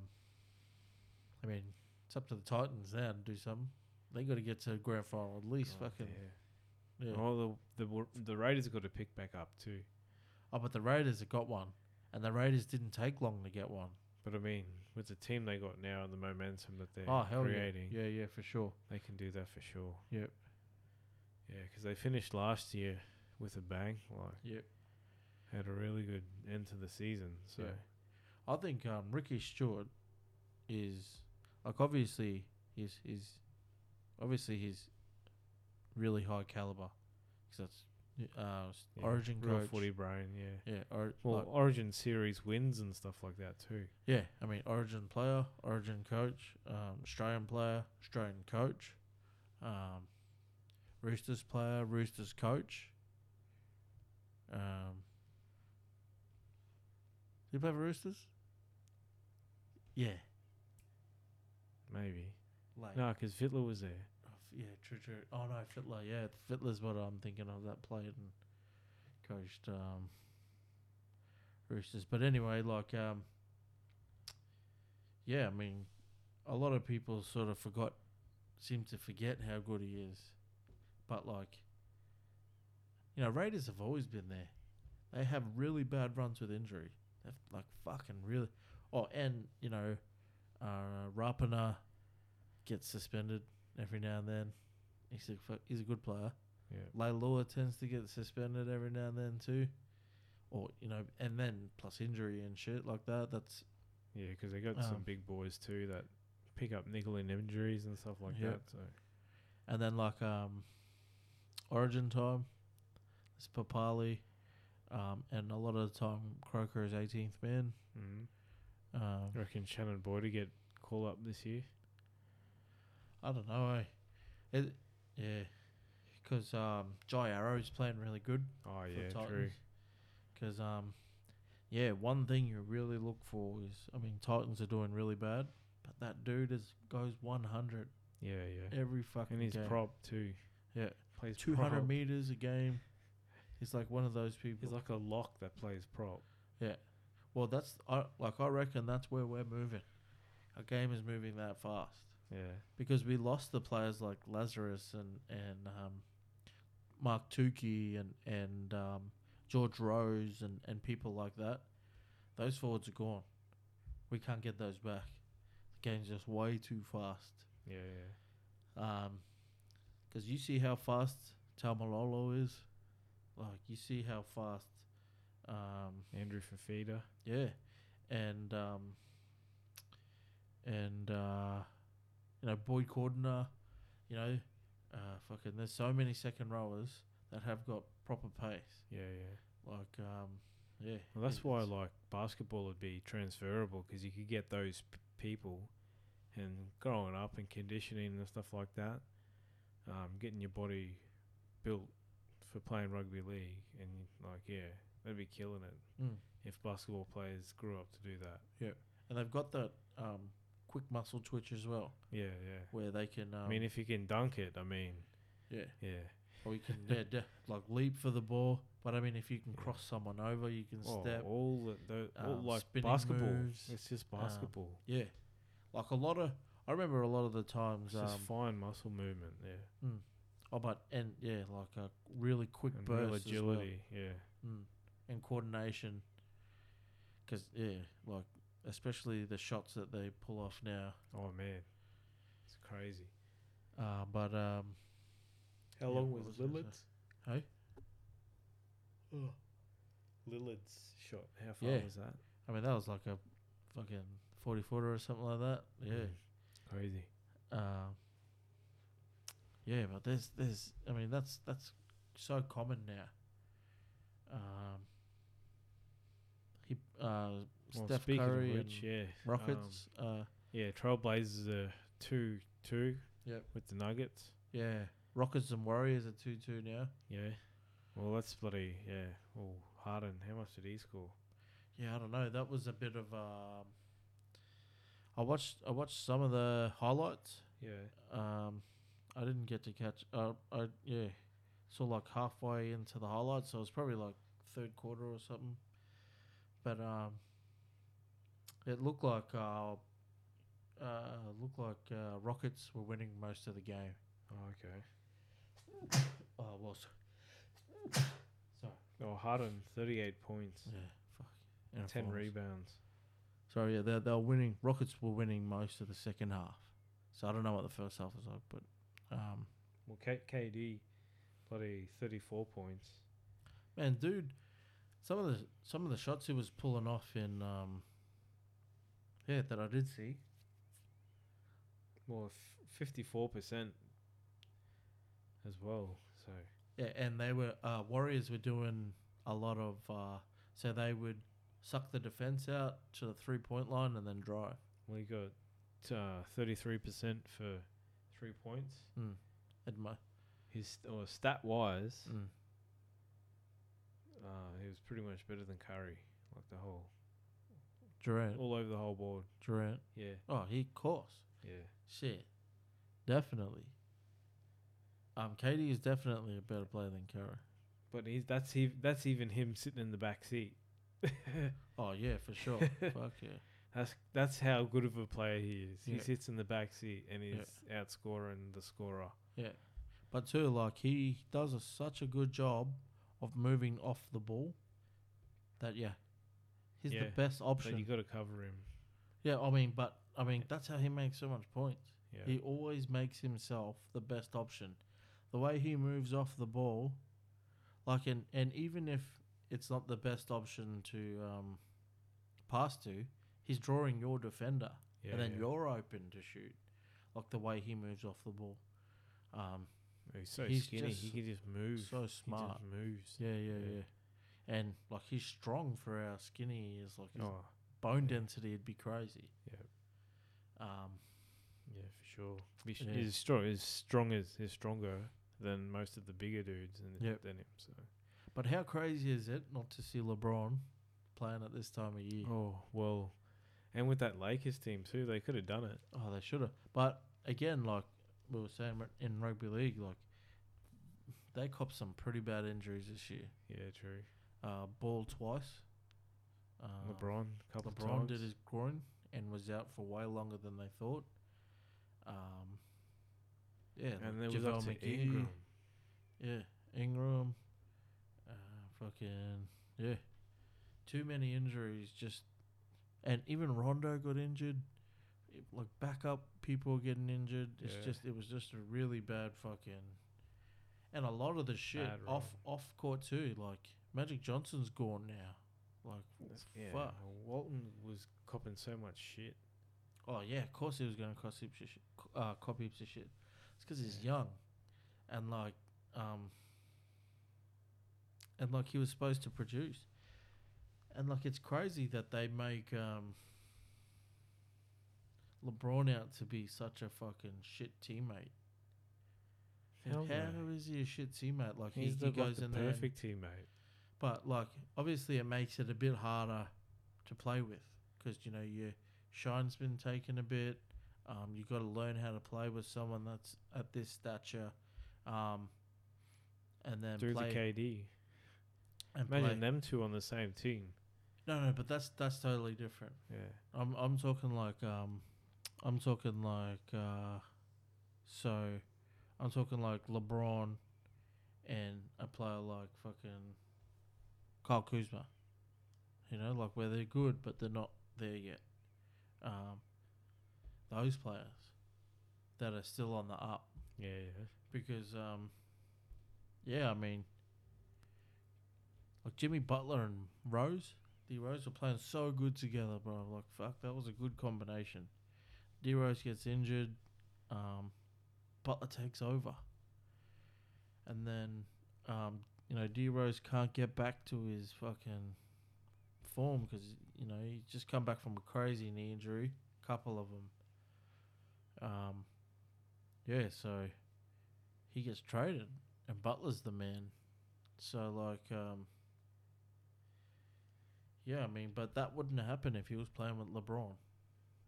I mean, it's up to the Titans now to do something. They got to get to the grand final at least.
God,
fucking
yeah.
yeah.
Oh, the the Wa- the Raiders got to pick back up too.
Oh, but the Raiders have got one, and the Raiders didn't take long to get one.
But I mean, with the team they got now and the momentum that they're
oh hell
creating,
yeah, yeah, yeah, for sure.
they can do that for sure.
Yep.
Yeah, because they finished last year with a bang. Like
Yep.
had a really good end to the season. So
Yeah. I think um, Ricky Stewart is like obviously he's he's obviously he's really high caliber because that's uh, s-
yeah,
Origin
real
coach.
footy brain. Yeah.
Yeah, or,
Well,
like-
Origin series wins and stuff like that too.
yeah. I mean, Origin player, Origin coach, um, Australian player, Australian coach, um, Roosters player, Roosters coach. Um, did he play for Roosters? Yeah,
Maybe.
like
No, because Fitler was there.
Oh, f- Yeah, true, true. Oh no, Fitler. Yeah, Fitler's what I'm thinking of. That played and coached um, Roosters. But anyway, like um, yeah, I mean, a lot of people sort of forgot, seem to forget how good he is. But like, you know, Raiders have always been there. They have really bad runs with injury. They've like fucking really. Oh, and you know, uh, Rapana gets suspended every now and then. He's a fu- he's a good player.
Yeah.
Leilua tends to get suspended every now and then too, or you know, and then plus injury and shit like that. That's
Yeah, because they got some
Um,
big boys too that pick up nickel and injuries and stuff like
Yeah.
that. So
and then like um, Origin time, it's Papali, um, and a lot of the time Croker is 18th man.
mm.
Um,
I reckon Shannon Boyd to get call up this year.
I don't know. Eh? It, yeah, because um, Jai Arrow's playing really good.
Oh
for
yeah,
Titans.
true.
Because um, yeah, one thing you really look for is I mean Titans are doing really bad, but that dude is goes 100
Yeah, yeah.
every fucking
And he's
game.
prop too.
Yeah.
plays
200
prop.
meters a game. He's like one of those people.
He's like a lock that plays prop.
well, that's I, like I reckon that's where we're moving. Our game is moving that fast
Yeah,
because we lost the players like Lazarus and and um, Mark Tukey and and um, George Rose and and people like that. Those forwards are gone. We can't get those back. The game's just way too fast.
yeah,
Because you see how fast Tamalolo is. Like you see how fast. Um,
yeah. Andrew Fafita.
yeah, and um, and uh, you know Boyd Cordner, you know, uh, fucking. There's so many second rowers that have got proper pace.
Yeah, yeah.
Like, um, yeah.
Well, that's
it-
why
it's-
like basketball would be transferable because you could get those p- people, and growing up and conditioning and stuff like that, um, getting your body built for playing rugby league and like yeah, they'd be killing it
Mm.
if basketball players grew up to do that.
and they've got that um quick muscle twitch as well,
Yeah, yeah.
where they can. Um,
I mean, if you can dunk it, I mean,
yeah,
yeah,
or you can yeah, de- like leap for the ball. But I mean, if you can
Yeah.
cross someone over, you can
oh,
step.
all the, the all
um,
like
spinning
basketball.
moves,
It's just
um,
basketball.
Yeah, like a lot of. I remember a lot of the times.
it's
Um,
just fine muscle movement. Yeah,
Oh, but and yeah, like a really quick
and
burst,
real
as well.
agility. Yeah.
mm. and coordination. Because yeah, like especially the shots that they pull off now.
Oh man, it's crazy.
Uh, but um,
How
Yeah, long what was was I gonna Lillard's? hey,
Lillard's shot. How far
Yeah.
was that?
I mean that was like a fucking forty footer or something like that.
Mm.
Yeah.
Crazy.
Um, yeah, but there's there's I mean that's that's so common now. Um. He, uh,
Well,
Steph
speaking
Curry
of which,
and
yeah, um,
Rockets. uh,
yeah. Trailblazers are two two.
Yep.
With the Nuggets.
Yeah, Rockets and Warriors are two two now.
Yeah. Well, that's bloody yeah. Oh, Harden. How much did he score?
Yeah, I don't know. That was a bit of um. I watched I watched some of the highlights.
Yeah.
Um, I didn't get to catch. Uh, I yeah, saw like halfway into the highlights, so it was probably like third quarter or something. But um, it looked like uh, uh looked like uh, Rockets were winning most of the game.
Oh, okay.
Oh, well, so- sorry.
Oh, Harden, thirty-eight points,
Yeah, fuck. And
ten
fouls.
rebounds.
So yeah, they they were winning. Rockets were winning most of the second half. So I don't know what the first half was like, but um,
Well, K- KD, bloody thirty-four points.
man, dude, some of the some of the shots he was pulling off in um, yeah, that I did see.
Well, fifty-four percent as well. So
Yeah, and they were uh, Warriors were doing a lot of uh, so they would suck the defense out to the three point line and then drive.
we got uh, thirty-three percent for three points.
Mm. It mu-
His or stat wise,
mm.
uh, he was pretty much better than Curry, like the whole
Durant,
all over the whole board.
Durant.
Yeah,
Oh, he of course.
yeah.
Shit. Definitely. Um, Katie is definitely a better player than Kara.
But he's that's he that's even him sitting in the back seat. <laughs>
Oh yeah, for sure. Fuck yeah.
That's that's how good of a player he is. He
Yeah.
sits in the back seat and he's
Yeah.
outscoring the scorer.
Yeah. But too, like he does a, such a good job of moving off the ball that yeah. He's
Yeah,
the best
But you
option.
got to cover him.
Yeah, I mean, but I mean that's how he makes so much points.
Yeah,
He always makes himself the best option. the way he moves off the ball, like and and even if it's not the best option to um, pass to, he's drawing your defender,
Yeah,
and then
yeah.
you're open to shoot. Like the way he moves off the ball, um,
he's so
he's
skinny. He
just
can just move.
so
He
smart.
just moves.
Yeah, yeah,
Yeah.
yeah, And like he's strong for our skinny years. Like his
Oh,
bone density would be crazy.
Yeah.
Um,
yeah, for sure. He's,
Yeah.
he's strong. He's strong as he's stronger than most of the bigger dudes in,
Yep.
than him. So.
but how crazy is it not to see LeBron playing at this time of year? Oh,
Oh well, and with that Lakers team too, they could have done it.
Oh, they should have. But again, like we were saying r- in rugby league, like they copped some pretty bad injuries this year.
Yeah, true.
Uh, ball twice. Uh,
LeBron, couple of
LeBron
times.
did his groin and was out for way longer than they thought. Um, yeah,
and
like
there was up
JaVale
to
McGee,
Ingram.
Yeah, Ingram. Uh, fucking yeah, too many injuries. Just and even Rondo got injured. It- like backup people getting injured. It's
Yeah.
just it was just a really bad fucking, and a lot of the shit
Bad
off
run.
off court too. Like Magic Johnson's gone now. Like
Yeah,
fuck.
Walton was copping so much shit.
Oh yeah, of course he was going to cost heaps of shit, co- uh, cop heaps of shit. It's because he's
Yeah.
young, and like, um, and like he was supposed to produce, and like it's crazy that they make um LeBron out to be such a fucking shit teammate. And
Hell
how
no.
is he a shit teammate? Like
He's
he,
the,
he
like,
goes
the
in there, and-
perfect teammate.
but like obviously it makes it a bit harder to play with because you know your shine's been taken a bit. Um, you got to learn how to play with someone that's at this stature, um, and then
Through
play
the KD.
and play.
Imagine them two on the same team.
No, no, but that's that's totally different.
Yeah.
I'm I'm talking like um, I'm talking like uh, so, I'm talking like LeBron, and a player like fucking Kyle Kuzma. You know, like where they're good, but they're not there yet. Um, those players that are still on the up
Yeah, yeah.
because um, yeah, I mean, like Jimmy Butler and Rose, D Rose were playing so good together, bro. Like fuck, that was a good combination. D Rose gets injured, um, Butler takes over, and then um, you know D Rose can't get back to his fucking form because you know he just come back from a crazy knee injury, couple of them. Um, yeah, so he gets traded, and Butler's the man. So like, um, yeah, I mean, but that wouldn't have happened if he was playing with LeBron.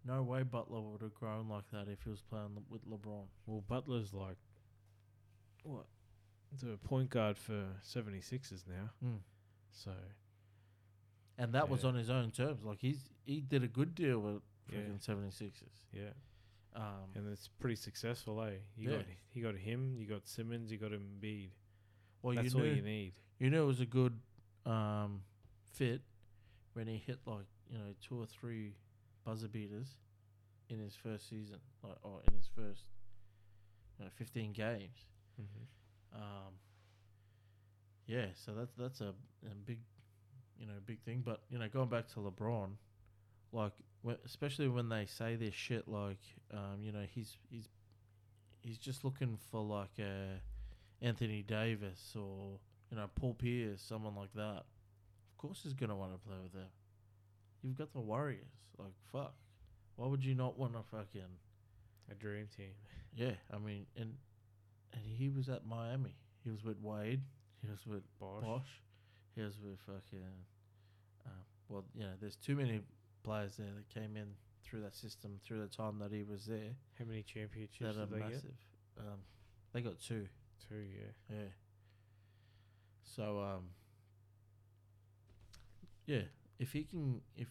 No way Butler would have grown like that if he was playing le- with LeBron.
Well, Butler's like
What?
the point guard for 76ers now.
Mm.
So,
And that was
Hmm. Yeah.
on his own terms. Like he's he did a good deal with
Yeah.
freaking Seventy 76ers.
yeah.
Um,
And it's pretty successful, eh? You
Yeah.
got you got him, you got Simmons, you got Embiid.
well,
That's
Oh, you
all
knew
you need.
you knew it was a good um, fit when he hit like you know two or three buzzer beaters in his first season, like or in his first you know, fifteen games. Um, yeah, so that's that's a, a big, you know, big thing. But you know, going back to LeBron, like wh- especially when they say this shit, like um, you know, he's he's he's just looking for like a Anthony Davis or you know Paul Pierce, someone like that. Of course, he's gonna want to play with them. You've got the Warriors, like fuck. Why would you not want to fucking
A dream team.
yeah, I mean, and and he was at Miami. He was with Wade. He was with
Bosh.
Bosch. He was with fucking. Uh, well, you know, there's too many players there that came in through that system through the time that he was there
How many championships
that are
did they get?
massive. Um, they got two.
Two, yeah.
Yeah. So um. Yeah, if he can, if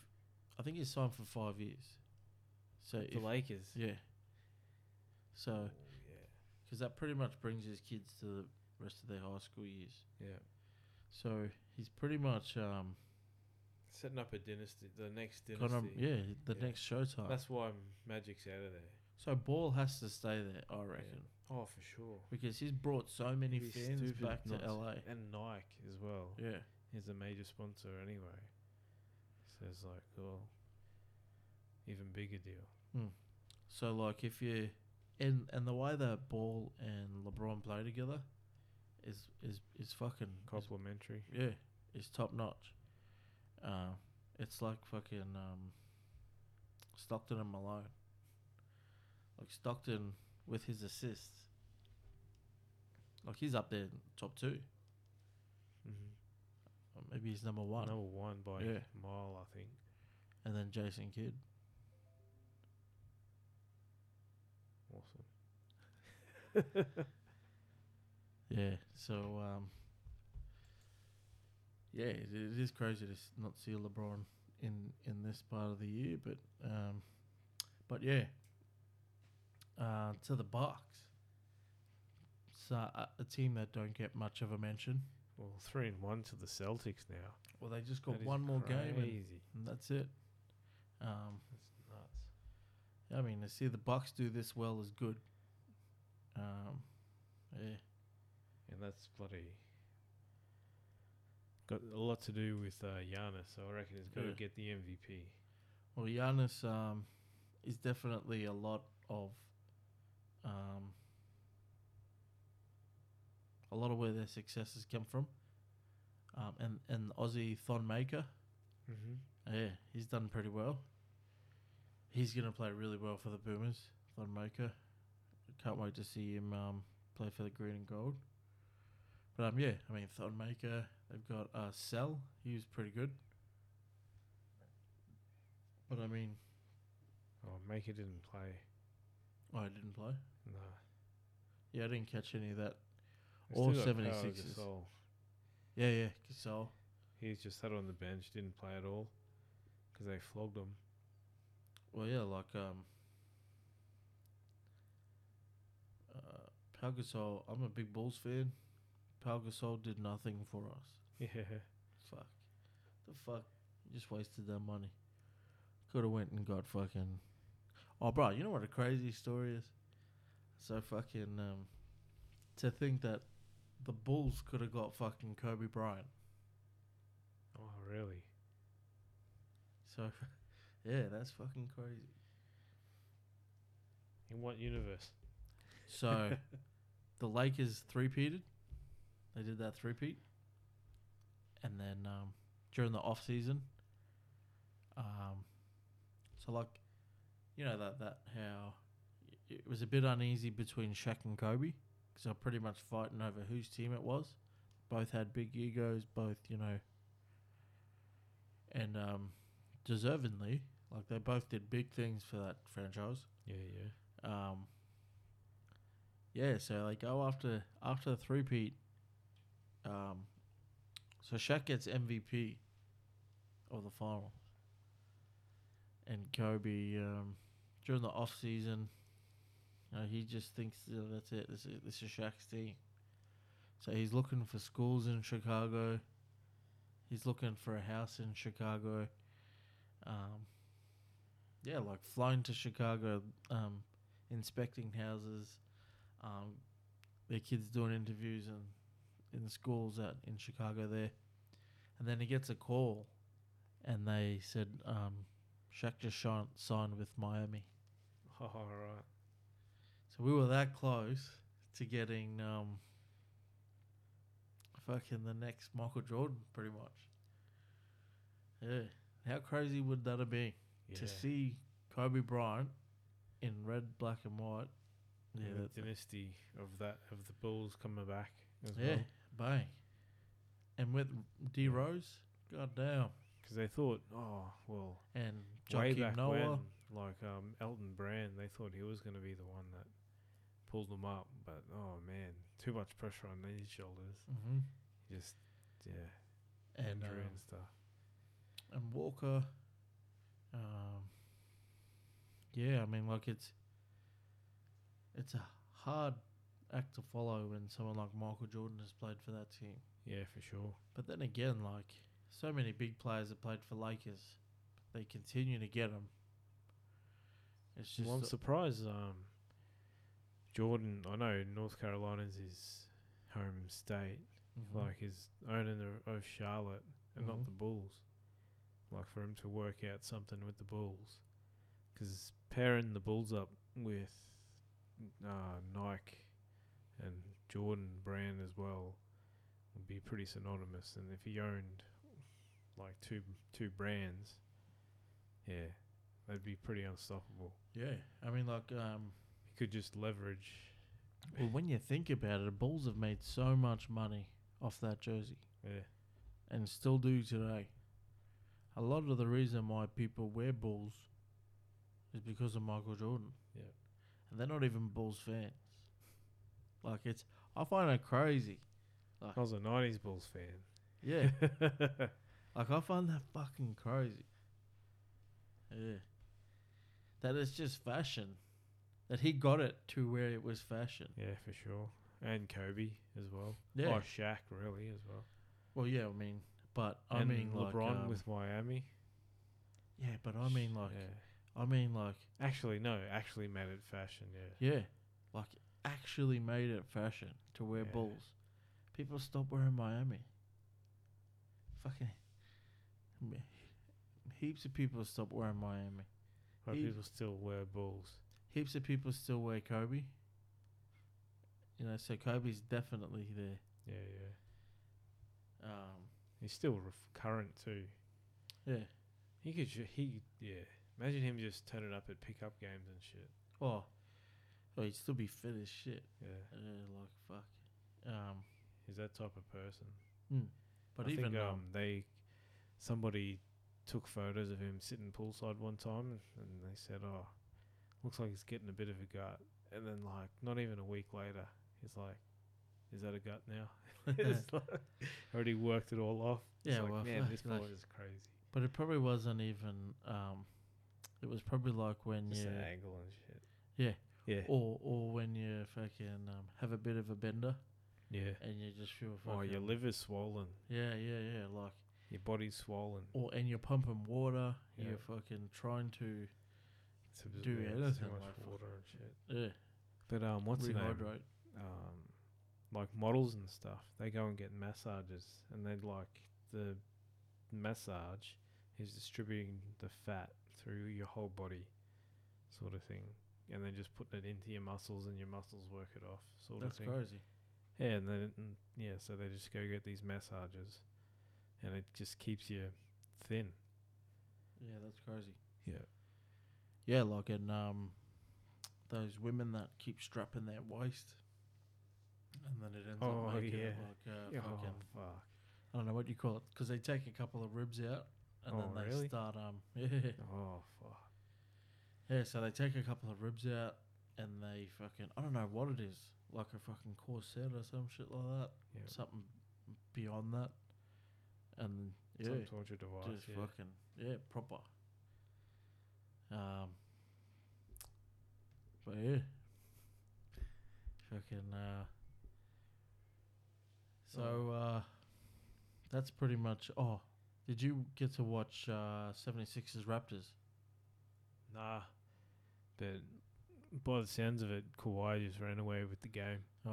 I think he's signed for five years. So if,
The Lakers.
yeah. So
Oh,
because that pretty much brings his kids to the rest of their high school years.
yeah. Yeah.
So he's pretty much um,
Setting up a dynasty, the next
got
dynasty.
him, yeah, the
Yeah.
next showtime.
That's why Magic's out of there.
so Ball has to stay there, I reckon.
Oh, for sure.
because he's brought so many
He's
fans
stupid
back to
not to-
LA.
And Nike as well
Yeah,
is a major sponsor anyway. So it's like, well, even bigger deal.
so like if you and and the way that Ball and LeBron play together is is is fucking is
Complimentary.
Yeah, it's top notch. Uh, it's like fucking um, Stockton and Malone. Like Stockton with his assists. Like he's up there top two.
Mm-hmm.
Or maybe he's number one.
Number one by
Yeah.
mile, I think.
And then Jason Kidd.
Awesome.
Yeah. So um, yeah, it, it is crazy to s- not see LeBron in in this part of the year, but um, but yeah. Uh, to the Bucks. So uh, a, a team that don't get much of a mention.
Well, three and one to the Celtics now.
Well, they just got
That is
one more game, and,
crazy.
and that's it. Um,
That's nuts.
I mean, to see the Bucks do this well is good. Um, yeah.
And that's bloody. Got a lot to do with uh, Giannis, so I reckon he's got to
Yeah.
get the MVP.
Well, Giannis um, is definitely a lot of um, a lot of where their successes come from. Um, and and Aussie Thon Maker,
Mm-hmm.
yeah, he's done pretty well. He's gonna play really well for the Boomers. Thon Maker, can't wait to see him um, play for the Green and Gold. But um, yeah, I mean Thon Maker. They've got uh, Cell. He was pretty good. But I mean,
Oh, Maker didn't play.
Oh, I didn't play.
No.
Yeah, I didn't catch any of that.
They
All
still got Pau
76s.
Gasol.
Yeah, yeah, Gasol.
He's just sat on the bench, didn't play at all, because they flogged him.
Well, yeah, like um, uh, Pau Gasol. I'm a big Bulls fan. Pau Gasol did nothing for us.
<laughs> Yeah.
Fuck, the fuck, you just wasted their money. Could have went and got fucking. Oh, bro, you know what a crazy story is? So fucking um, to think that the Bulls could have got fucking Kobe Bryant.
Oh, really?
So, <laughs> yeah, that's fucking crazy.
In what universe?
So the Lakers three peated. They did that three peat. And then um, during the off season, um, so like, you know that that how it was a bit uneasy between Shaq and Kobe because they're pretty much fighting over whose team it was. Both had big egos, both you know, and um, deservingly, like they both did big things for that franchise.
Yeah, yeah.
Um, yeah, so they go after after the three peat. Um, so Shaq gets MVP of the final, and Kobe um, during the off season, you know, he just thinks "Oh, that's it. This is this is Shaq's team. So he's looking for schools in Chicago. He's looking for a house in Chicago. Um, yeah, like flown to Chicago, um, inspecting houses. Um, their kids doing interviews and in schools out in Chicago there, and then he gets a call, and they said um, Shaq just shon- signed with Miami.
Oh, <laughs> all right.
So we were that close to getting um, fucking the next Michael Jordan, pretty much. Yeah, how crazy would that have been?
Yeah.
to see Kobe Bryant in red, black, and white. Yeah,
yeah,
that's
the dynasty of that of the Bulls coming back as yeah.
yeah, bang. And with D Rose, goddamn,
because they thought, oh well,
and
way
Joakim
back
Noah.
when, like um, Elton Brand, they thought he was going to be the one that pulled them up, but oh man, too much pressure on these shoulders.
hmm
Just yeah,
And
injury
um,
and stuff.
and Walker. Um, yeah, I mean, like it's it's a hard act to follow when someone like Michael Jordan has played for that team.
Yeah, for sure.
But then again, like so many big players that played for Lakers, they continue to get them. It's just
well, I'm
the-
surprised um, Jordan, I know North Carolina's his home state,
mm-hmm.
like his owner the- of Charlotte and
Mhm.
not the Bulls. Like for him to work out something with the Bulls, because pairing the Bulls up with uh, Nike and Jordan brand as well would be pretty synonymous. And if he owned like two two brands, yeah, that'd be pretty unstoppable.
yeah, I mean, like, um,
He could just leverage.
well, when you think about it, the Bulls have made so much money off that jersey.
Yeah,
and still do today. A lot of the reason why people wear Bulls is because of Michael Jordan.
Yeah.
And they're not even Bulls fans. Like it's I find it crazy.
I was a '90s Bulls fan. <laughs>
Yeah. like I find that fucking crazy. Yeah. That it's just fashion. That he got it to where it was fashion.
Yeah, for sure. And Kobe as well.
Yeah.
Or Shaq, really, as well.
Well, yeah, I mean, but I
and
mean like,
LeBron
um,
with Miami.
yeah, but I mean like
Yeah.
I mean like
Actually, no. Actually, mattered fashion, yeah.
Yeah, like actually made it fashion to wear
Yeah.
balls. People stopped wearing Miami. Fucking me- heaps of people stopped wearing Miami.
But
He-
people still wear balls.
Heaps of people still wear Kobe. You know, so Kobe's definitely there.
Yeah, yeah.
Um,
He's still ref- current, too.
yeah.
He could, ju- he, yeah. Imagine him just turning up at pickup games and shit.
Oh, oh, he'd still be fit as shit.
Yeah.
Uh, like fuck. Um,
He's that type of person.
mm. but
I
even
think,
um,
um, they, somebody took photos of him sitting poolside one time, and they said, "Oh, looks like he's getting a bit of a gut." And then, like, not even a week later, he's like, "Is that a gut now?" <laughs>
<laughs>
It's like, already worked it all off. It's
Yeah,
like,
well,
man,
<laughs> fuck,
this
like-
boy is crazy.
but it probably wasn't even. Um, it was probably like when
Just
you.
the angle and shit.
Yeah.
Yeah.
Or or when you fucking um, have a bit of a bender
yeah.
and you just feel fucking
Oh, your liver's swollen.
yeah yeah yeah like
Your body's swollen.
or and you're pumping water
Yeah.
you're fucking trying to
It's a bit-
do
yeah,
anything
it's too much
like fuck.
water and shit.
yeah
But um, what's the name?
rehydrate
um, like models and stuff. They go and get massages, and they'd like the massage is distributing the fat through your whole body, sort of thing, and then just putting it into your muscles, and your muscles work it off, sort
that's
of thing.
crazy
Yeah, and then mm, yeah, so they just go get these massages, and it just keeps you thin.
yeah that's crazy
Yeah.
yeah like and um those women that keep strapping their waist and then it ends
Oh,
up making it
yeah.
like uh,
Yeah, Oh
fucking
fuck!
I don't know what you call it because they take a couple of ribs out and
Oh,
then they
really?
start um <laughs> yeah
Oh fuck!
Yeah, so they take a couple of ribs out and they fucking I don't know what it is, like a fucking corset or some shit like that,
Yeah,
something beyond that, and yeah,
some torture device.
just
yeah.
fucking yeah, proper. Um, but yeah, fucking uh.
Oh.
So uh, that's pretty much. Oh, did you get to watch uh 76ers Raptors?
Nah. But by the sounds of it, Kawhi just ran away with the game.
Oh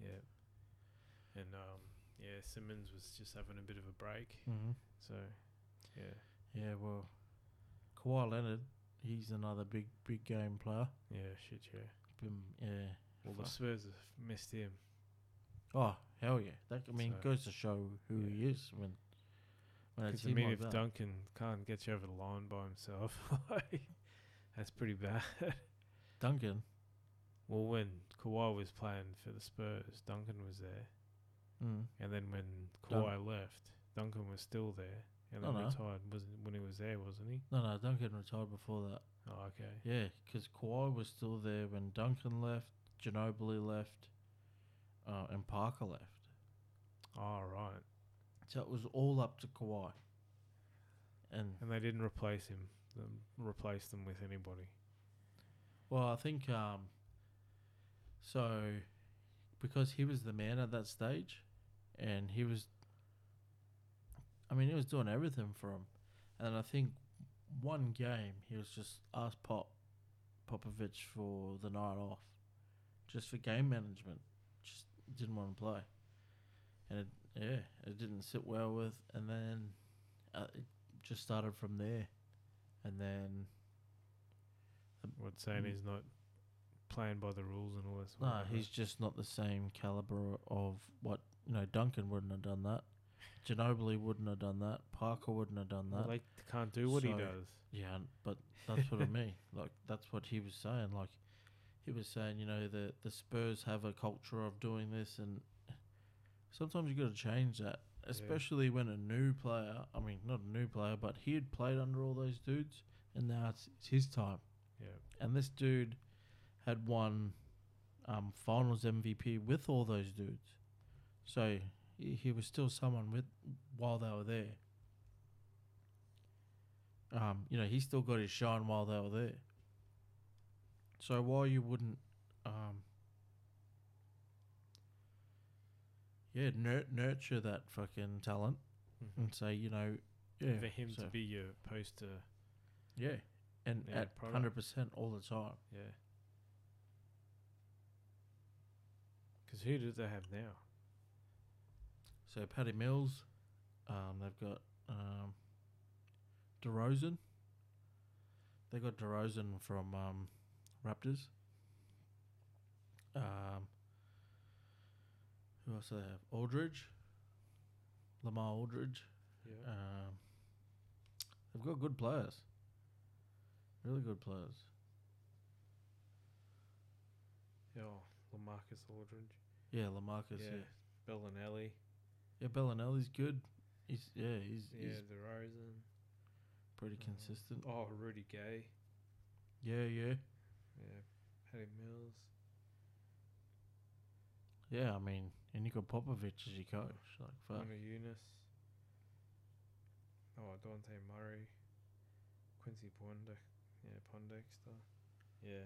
Yeah. And um, yeah, Simmons was just having a bit of a break.
yeah. Mm-hmm.
So yeah,
Yeah, well, Kawhi Leonard, he's another big, big game player.
yeah, shit, yeah.
Been, yeah.
Well, the
Fuck.
Spurs have missed him.
Oh hell yeah! That I mean
So-
goes to show who he is when when a
Because I
team
mean,
like
if
that.
Duncan can't get you over the line by himself, <laughs> that's pretty bad.
Duncan.
Well, when Kawhi was playing for the Spurs, Duncan was there,
Mm.
and then when
Dun- Oh,
Kawhi left, Duncan was still there, and then
No, no.
retired. Wasn't when he was there, wasn't he?
No, no, Duncan retired before that.
Oh, okay.
Yeah, because Kawhi was still there when Duncan left, Ginobili left, uh, and Parker left.
Oh, right.
So it was all up to Kawhi. And
And they didn't replace him. Them, replace them with anybody.
Well, I think um, so because he was the man at that stage, and he was, I mean, he was doing everything for him, and I think one game he was just asked Pop Popovich for the night off, just for game management. Just didn't want to play, and it, yeah, it didn't sit well with. And then uh, it just started from there, and then
What saying he's not playing by the rules and all this.
no,
whatever.
Mm. he's just not the same caliber of what you know. Duncan wouldn't have done that. Ginobili wouldn't have done that. Parker wouldn't have done
Well,
that.
they can't do what he
So-
does.
Yeah, and- but that's what I mean. <laughs> Like that's what he was saying. Like he was saying, you know, the the Spurs have a culture of doing this, and sometimes you got to change that, especially when a new player. I mean, not a new player, but he had played under all those dudes, and now it's, it's his time.
Yeah,
And this dude had won um, Finals MVP with all those dudes, so he, he was still someone with while they were there. Um, you know, he still got his shine while they were there. So why you wouldn't, um, yeah, nur- nurture that fucking talent
Mhm.
and say, you know, mm, yeah,
for him
so-
to be your poster.
yeah, and
Yeah,
at
product.
hundred percent all the time.
Yeah. Because who do they have now?
So Paddy Mills, um, they've got um, DeRozan. They got DeRozan from um, Raptors. Um, who else do they have? Aldridge, Lamar Aldridge.
Yeah.
Um, they've got good players, really good players.
oh, Lamarcus Aldridge.
Yeah, Lamarcus. Yeah,
yeah. Bellinelli.
yeah. Bellinelli's good. He's yeah, he's
Yeah,
he's
DeRozan.
pretty
uh,
consistent.
Oh, Rudy Gay.
Yeah, yeah.
Yeah. Patty Mills.
Yeah, I mean, and you got Popovich as your coach. Like, fuck.
Connor Eunice. Oh, Dante Murray. Quincy Pondek. Yeah, Pondexter. Yeah.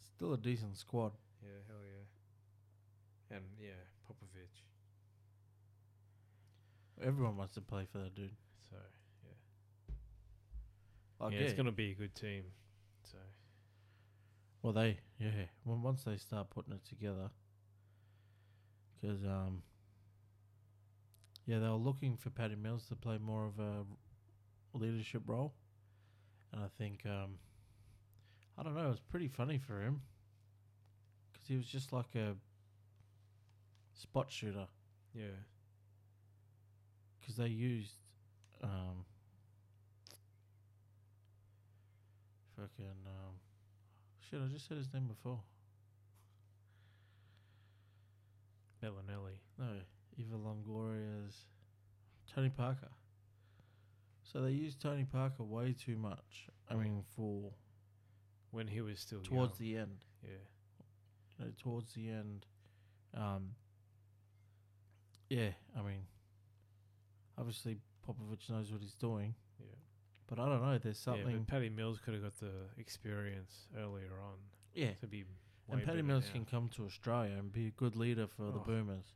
Still a decent squad.
Yeah, hell yeah. And yeah, Popovich.
Everyone wants to play for that dude.
So
Like,
yeah,
yeah,
it's gonna be a good team. So
well, they, yeah. When once they start putting it together, because um, yeah, they were looking for Patty Mills to play more of a leadership role, and I think um, I don't know. It was pretty funny for him because he was just like a spot shooter.
yeah,
because they used um fucking um shit I just said his name before
Bellinelli.
no Eva Longoria's Tony Parker so they used Tony Parker way too much I mean for
When he was still
towards
young.
the end
yeah,
you know, towards the end um yeah I mean obviously Popovich knows what he's doing
yeah,
but I don't know there's
yeah.
something
But Patty Mills could have got the experience earlier on
yeah
to be. way
And Paddy
better
Mills
now.
can come to Australia and be a good leader for the
Oh.
Boomers.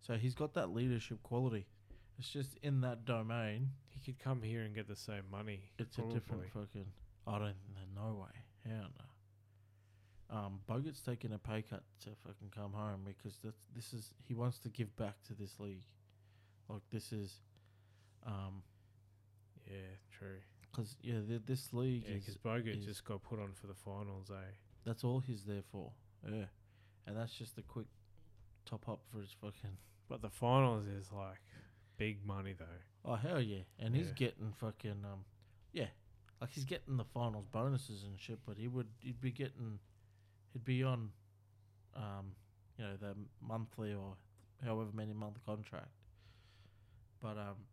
So he's got that leadership quality. It's just in that domain,
He could come here and get the same money.
it's a
probably.
different fucking. I don't. no- No way. Hell no. Um, Bogut's taking a pay cut to fucking come home because that's this is he wants to give back to this league. Like this is, um,
Yeah, true.
because yeah, th- this league
Yeah,
is
because Bogut
is-
just got put on for the finals, eh?
That's all he's there for. Yeah, and that's just a quick top up for his fucking
But the finals is like big money though.
Oh hell yeah! And he's
Yeah.
getting fucking um, yeah, like he's getting the finals bonuses and shit. But he would he'd be getting, he'd be on, um, you know the monthly or however many month contract. But um,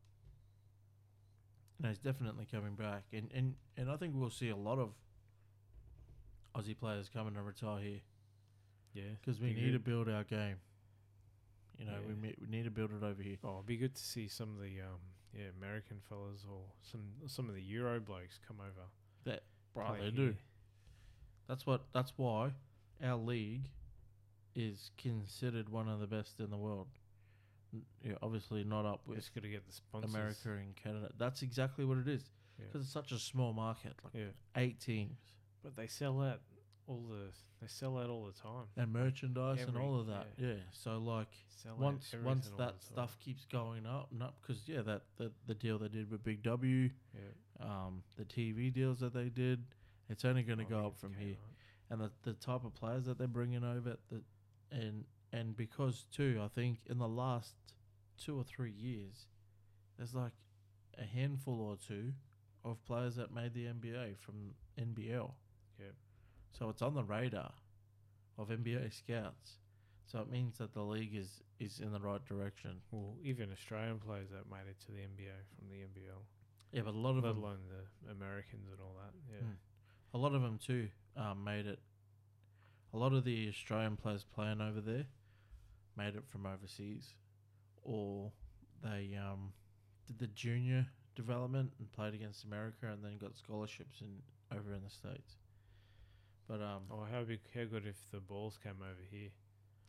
you know he's definitely coming back, and and and I think we'll see a lot of Aussie players coming to retire here
Yeah,
because we
Be
need to
good.
build our game. You know we
Yeah.
we we need to build it over here.
Oh, it'd be good to see some of the um, yeah, American fellas or some some of the Euro blokes come over.
Bro,
play
they do.
here.
That's what. That's why our league is considered one of the best in the world. N- Yeah, obviously not up
We're
with
just gonna get the sponsors.
America and Canada. That's exactly what it is
Yeah.
because it's such a small market, like
Yeah,
eight teams.
but they sell out all the they sell out all the time.
and merchandise and
Every-
all of that.
yeah.
Yeah. So like
Sell out
once once
everything all
that
the time.
stuff keeps going up and up, because yeah, that the, the deal they did with Big W,
yeah,
um, the TV deals that they did, it's only going to
I
go
think
up
it's
from
okay,
here.
right?
and the, the type of players that they're bringing over at the and and because too I think in the last two or three years there's like a handful or two of players that made the NBA from NBL.
Yep.
So it's on the radar of NBA scouts. So it means that the league is is in the right direction.
Well, even Australian players that made it to the NBA from the NBL,
Yeah, but a lot of
let
them,
alone the Americans and all that. Yeah,
Mm. a lot of them too um, made it. A lot of the Australian players playing over there made it from overseas, or they um, did the junior development and played against America, and then got scholarships in over in the states. But um,
oh, how big, how good if the balls came over here?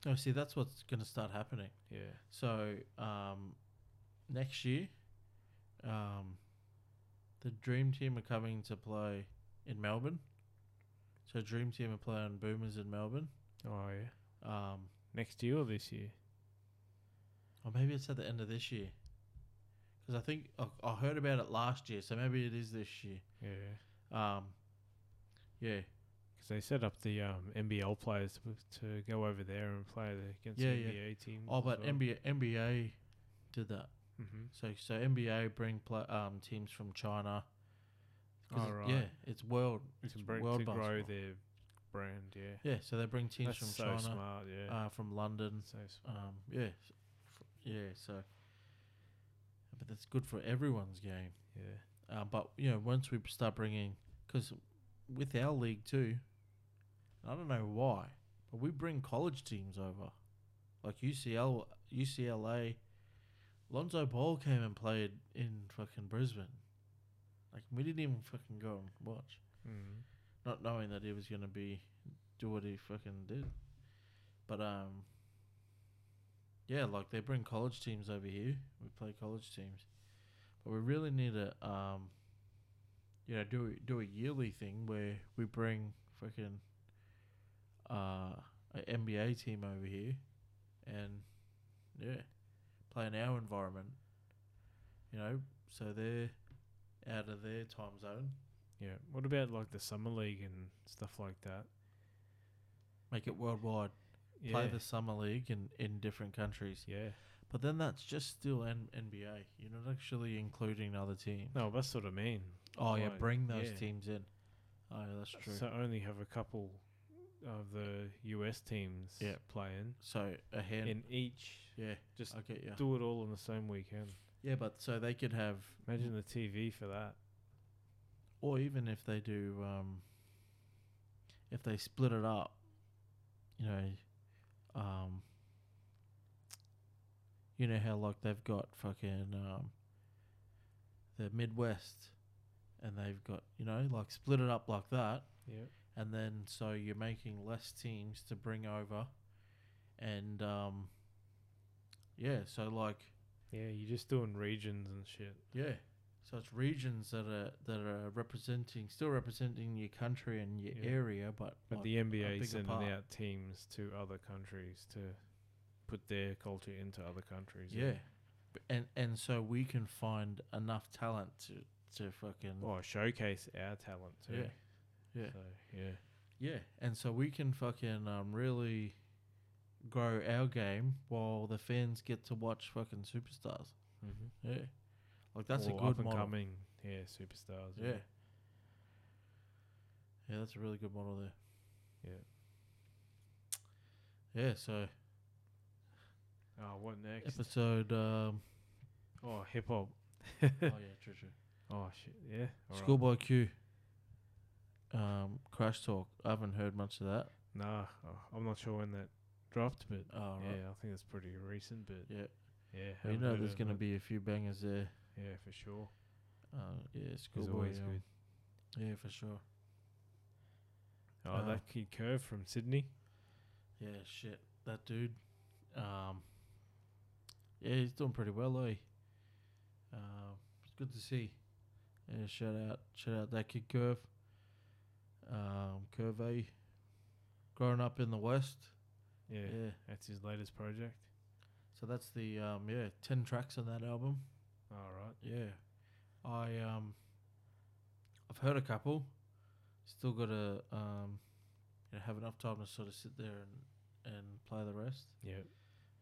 oh, see, that's what's going to start happening.
Yeah,
So um, next year, um, the Dream Team are coming to play in Melbourne. So Dream Team are playing Boomers in Melbourne.
oh yeah.
Um,
Next year or this year?
or maybe it's at the end of this year. Because I think I, I heard about it last year, so maybe it is this year.
Yeah,
Um, yeah,
because they set up the um, NBL players to, to go over there and play the, against
Yeah, yeah.
NBA teams.
Oh, but NBA NBA did that.
Mm-hmm.
So so NBA bring pla um teams from China. 'Cause
Oh,
it-
right.
Yeah, it's world. It's
to, bring,
world
to grow
basketball.
their brand. Yeah,
Yeah, so they bring teams
that's
from
so
China,
smart. Yeah,
uh, from London.
so smart.
Um, yeah, s- f- yeah. So, but that's good for everyone's game.
yeah.
Uh, but you know, once we start bringing, because with our league too, I don't know why, but we bring college teams over, like UCL, UCLA. Lonzo Ball came and played in fucking Brisbane. Like we didn't even fucking go and watch
Mm.
not knowing that he was gonna be do what he fucking did. But um, yeah, like they bring college teams over here. We play college teams, but we really need to um, you know, do a- do a yearly thing where we bring fucking uh an NBA team over here, and yeah, play in our environment. You know, so they're out of their time zone.
Yeah. What about like the summer league and stuff like that?
Make it worldwide.
Yeah.
play the summer league in, in different countries.
yeah.
But then that's just still N- NBA. You're not actually including other teams.
No, that's what I mean.
Oh yeah,
Like,
bring those
yeah.
teams in. Oh, yeah, that's true.
So only have a couple of the US teams
Yeah.
playing
So a hand.
in each.
yeah,
Just
okay, yeah,
do it all on the same weekend.
yeah. But so they could have,
Imagine the TV for that.
or even if they do, um, if they split it up, you know, um, you know how like they've got fucking um, the Midwest, and they've got you know like split it up like that.
Yeah.
and then so you're making less teams to bring over, and um, yeah, so like
Yeah, you're just doing regions and shit.
yeah, so it's regions that are that are representing still representing your country and your
Yeah.
area, but
But
like,
the NBA
bigger
sending
part.
out teams to other countries to put their culture into other countries.
yeah, B- and and so we can find enough talent to to fucking
Or showcase our talent too.
Yeah. Yeah.
So, yeah.
yeah, and so we can fucking um really grow our game while the fans get to watch fucking superstars.
Mm-hmm.
Yeah, like that's a
Or
good
up and
model.
coming. Yeah, superstars.
Yeah. Yeah, that's a really good model there. Yeah, so
Oh, what next? <laughs>
episode um
Oh, hip hop.
oh yeah, true true.
Oh shit. Yeah. alright.
Schoolboy Q. Um Crash Talk. I haven't heard much of that.
Nah, oh, I'm not sure when that dropped, but
Oh
yeah,
right.
I think it's pretty recent. But
Yeah.
yeah,
We
haven't
know
heard
there's
of
gonna
it.
be a few bangers there.
Yeah, for sure.
Uh yeah,
It's
Schoolboy.
always
um,
good.
Yeah, for sure.
Oh,
Uh,
that kid Curve from Sydney.
Yeah, shit. That dude. Um Yeah, he's doing pretty well, eh? Um it's good to see. Yeah, shout out shout out that kid Curve. Um Curve A. Growing up in the West.
Yeah,
Yeah.
that's his latest project.
So that's the um yeah, ten tracks on that album.
All right.
Yeah. I um I've heard a couple. Still gotta um you know, have enough time to sort of sit there and, and play the rest.
Yeah.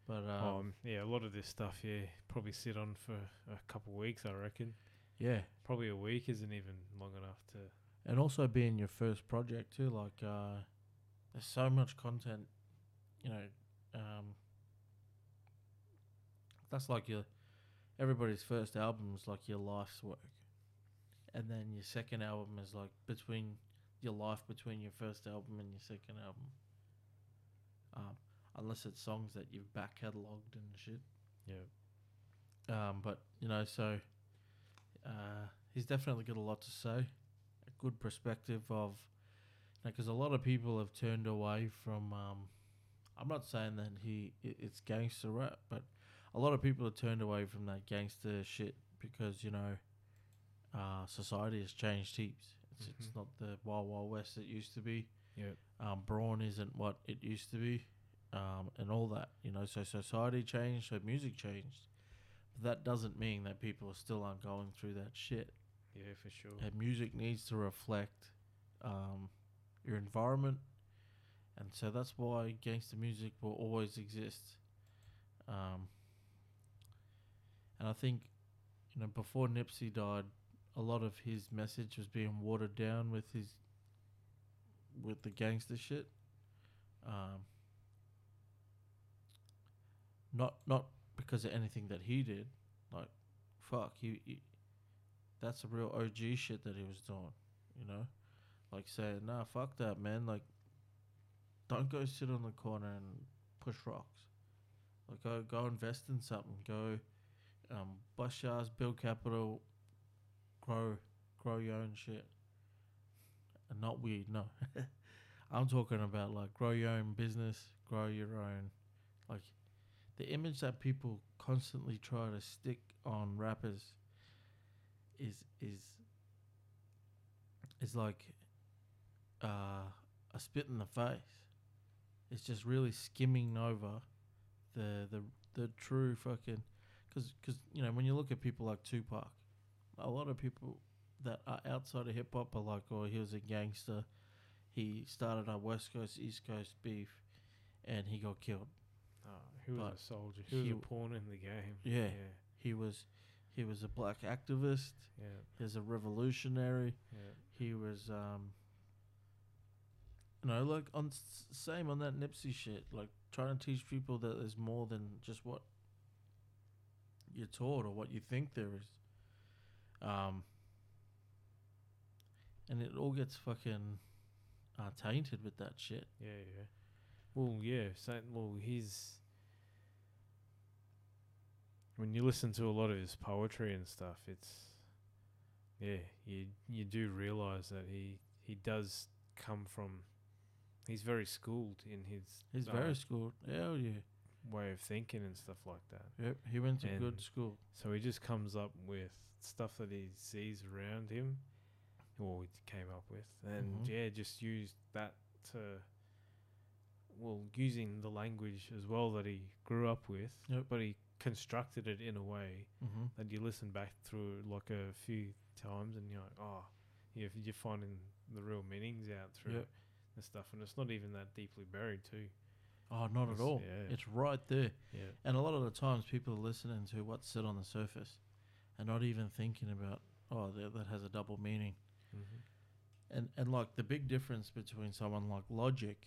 But um,
Um, yeah, a lot of this stuff, yeah, probably sit on for a couple weeks, I reckon.
yeah.
Probably a week isn't even long enough to.
And also being your first project too, like uh there's so much content, you know, um that's like your everybody's first album is like your life's work. And then your second album is like between your life between your first album and your second album. Um, unless it's songs that you've back catalogued and shit.
Yeah.
Um, but you know, so uh, he's definitely got a lot to say, a good perspective of, because a lot of people have turned away from. Um, I'm not saying that he i it's gangster rap, but a lot of people have turned away from that gangster shit because you know, uh, society has changed heaps. It's, it's
Mhm.
not the wild wild west it used to be.
Yep.
Um, brawn isn't what it used to be, um, and all that. You know, so society changed, so music changed. But that doesn't mean that people still aren't going through that shit.
Yeah, for sure.
And music needs to reflect um, your environment, and so that's why gangster music will always exist. Um, and I think, you know, before Nipsey died, a lot of his message was being watered down with his with the gangster shit. Um, not not because of anything that he did, like fuck he, he that's a real OG shit that he was doing, you know? Like saying, nah, fuck that, man. Like, don't go sit on the corner and push rocks. Like, go, go invest in something. Go um, bust your ass, build capital, grow, grow your own shit. And not weed, no. <laughs> I'm talking about like grow your own business, grow your own. Like, the image that people constantly try to stick on rappers is is is like uh, a spit in the face. It's just really skimming over the the the true fucking because because you know when you look at people like Tupac, a lot of people that are outside of hip hop are like, oh, he was a gangster. He started a West Coast East Coast beef, and he got killed.
Oh, he was
But
a soldier. He was
he
a
w-
pawn in the game.
Yeah.
Yeah.
He was he was a black activist.
Yeah.
He was a revolutionary.
yeah.
he was um you know like on s- same on that nipsey shit like trying to teach people that there's more than just what you're taught or what you think there is um and it all gets fucking uh, tainted with that shit
Yeah, yeah. Well, yeah. So, well, he's when you listen to a lot of his poetry and stuff, it's yeah, you you do realize that he he does come from. He's very schooled in his
he's
uh,
very schooled hell yeah
way of thinking and stuff like that.
yep he went to good
And-
school
So he just comes up with stuff that he sees around him, or he came up with, and
Mhm.
yeah, just used that to, well, using the language as well that he grew up with,
Yep.
but he constructed it in a way
mm-hmm.
that you listen back through like a few times, and you're like, oh, you're, you're finding the real meanings out through
Yep.
the stuff, and it's not even that deeply buried too.
oh not at
It's-
all
yeah.
it's right there
Yeah,
And a lot of the times, people are listening to what's said on the surface, and not even thinking about oh that, that has a double meaning.
mm-hmm.
And and like the big difference between someone like Logic,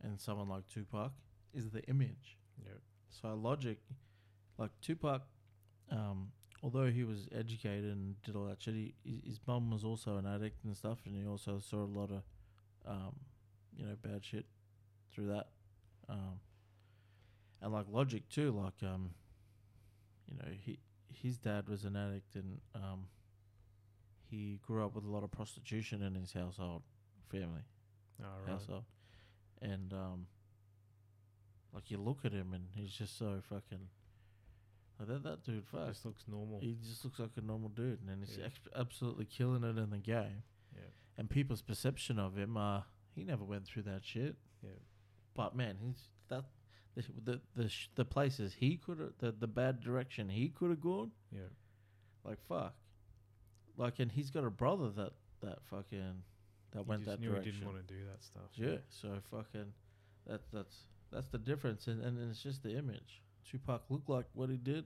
and someone like Tupac is the image.
yep,
So Logic, like Tupac, um, although he was educated and did all that shit, he, his- his mum was also an addict and stuff, and he also saw a lot of, um, you know, bad shit through that. Um, and like Logic too, like um, you know, he his dad was an addict and um, he grew up with a lot of prostitution in his household family
all right,
household. And um, like you look at him and he's just so fucking like that. That dude, fuck,
just looks normal.
he just looks like a normal dude, and then he's
Yeah.
ex- absolutely killing it in the game.
Yeah.
And people's perception of him, uh, he never went through that shit.
Yeah.
But man, he's that the the the, sh- the places he could the the bad direction he could have gone.
Yeah.
Like fuck. Like and he's got a brother that that fucking that
He
went
just
that
knew
direction.
he didn't want to do that stuff.
Yeah, so fucking that that's that's the difference and, and it's just the image. Tupac looked like what he did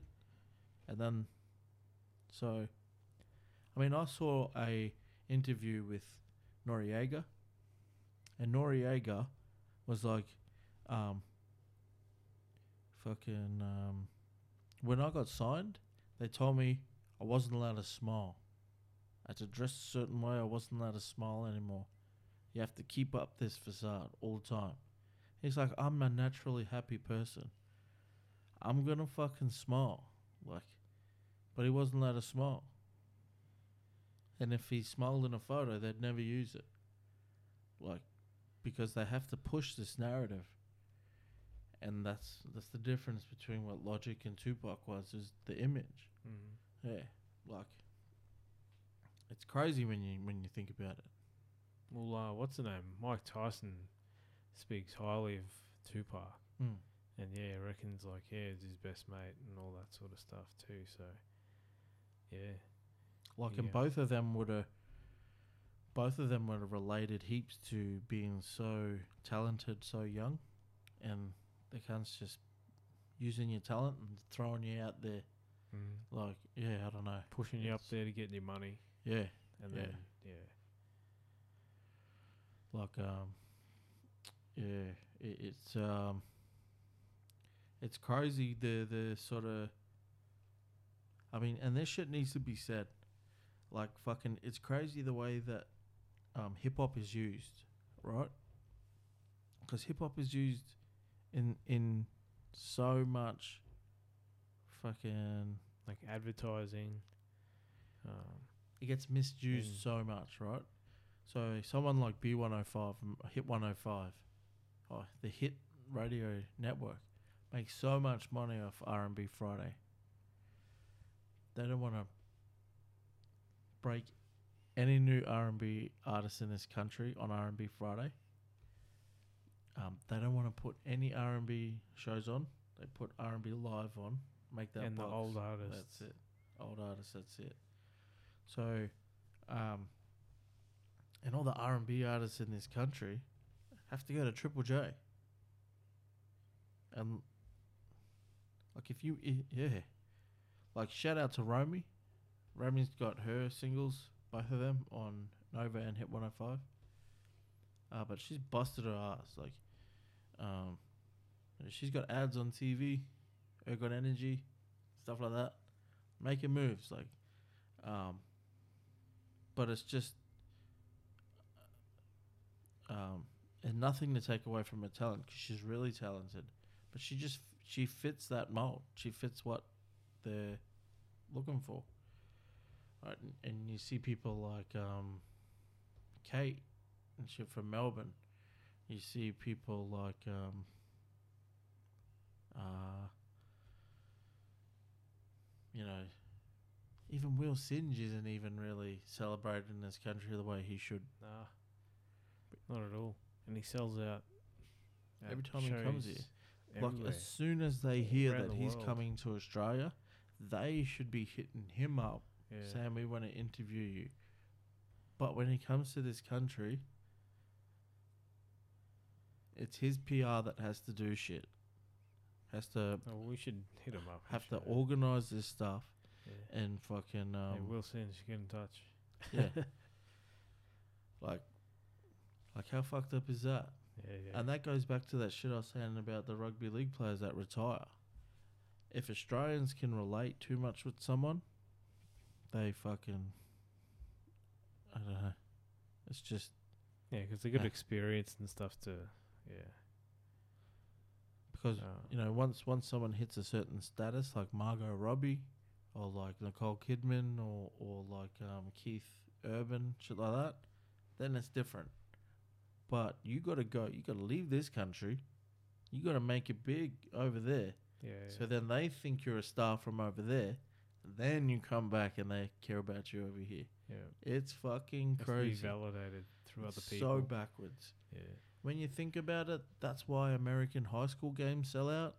and then so I mean I saw a interview with Noriega and Noriega was like um fucking um when I got signed they told me I wasn't allowed to smile. I had to dress a certain way, I wasn't allowed to smile anymore. You have to keep up this facade all the time. He's like, I'm a naturally happy person. I'm gonna fucking smile. Like but he wasn't allowed to smile. And if he smiled in a photo, they'd never use it. Like because they have to push this narrative. And that's that's the difference between what Logic and Tupac was is the image.
Mm.
Yeah. Like it's crazy when you when you think about it.
Well, uh, what's the name? Mike Tyson speaks highly of Tupac,
Mm.
and yeah, reckons like yeah, he's his best mate and all that sort of stuff too. So, yeah,
Like, and
Yeah.
both of them would have, both of them would have related heaps to being so talented, so young, and the cunts just using your talent and throwing you out there.
mm.
Like, yeah, I don't know.
pushing you up
It's-
there to get your money,
Yeah,
and
Yeah.
then yeah,
like, um, yeah, it, it's um, it's crazy the the sort of. I mean, and this shit needs to be said. Like, fucking, it's crazy the way that um, hip hop is used, right? Because hip hop is used in in so much fucking.
like advertising. Um,
It gets misused
Mm.
so much, right? So someone like B one hundred five, Hit one hundred five, oh, the Hit Radio Network makes so much money off R and B Friday. They don't want to break any new R and B artist in this country on R and B Friday. Um, they don't want to put any R and B shows on. They put R and B live on. Make that
and the
box.
old artists.
That's it. Old artists, that's it. So, um, and all the R and B artists in this country have to go to Triple J. And like if you i- yeah, like shout out to Romy. Romy's got her singles, both of them on Nova and Hit 105. Uh, but she's busted her ass. Like, um, she's got ads on TV. Her got energy stuff like that, making moves like, um, but it's just, um, and nothing to take away from her talent because she's really talented, but she just she fits that mold. She fits what they're looking for. Right, and, and you see people like um, Kate, and she from Melbourne. You see people like um, uh, you know, even Will Singe isn't even really celebrated in this country the way he should.
Nah, not at all. And he sells out at
Every time he comes
shows
here.
everywhere.
Like as soon as they hear
Around
that
the
he's
world.
coming to Australia, they should be hitting him up
yeah.
saying we want to interview you. But when he comes to this country, it's his PR that has to do shit. Has to
Oh, we should hit him up.
have to
actually.
organize this stuff
Yeah.
and fucking um,
Hey, Wilson, should get in touch.
yeah.
<laughs>
like, like how fucked up is that?
Yeah, yeah.
And that goes back to that shit I was saying about the rugby league players that retire. If Australians can relate too much with someone, they fucking. I don't know. It's just.
Yeah, because they got
Yeah.
experience and stuff to, yeah.
Because,
Uh,
you know, once once someone hits a certain status, like Margot Robbie, or like Nicole Kidman, or, or like um, Keith Urban, shit like that, then it's different. But you got to go, you got to leave this country. You got to make it big over there.
yeah,
So then they think you're a star from over there. Then you come back and they care about you over here.
yeah.
It's fucking
Has to be
crazy.
validated through
It's
other people.
So backwards.
yeah.
When you think about it, that's why American high school games sell out.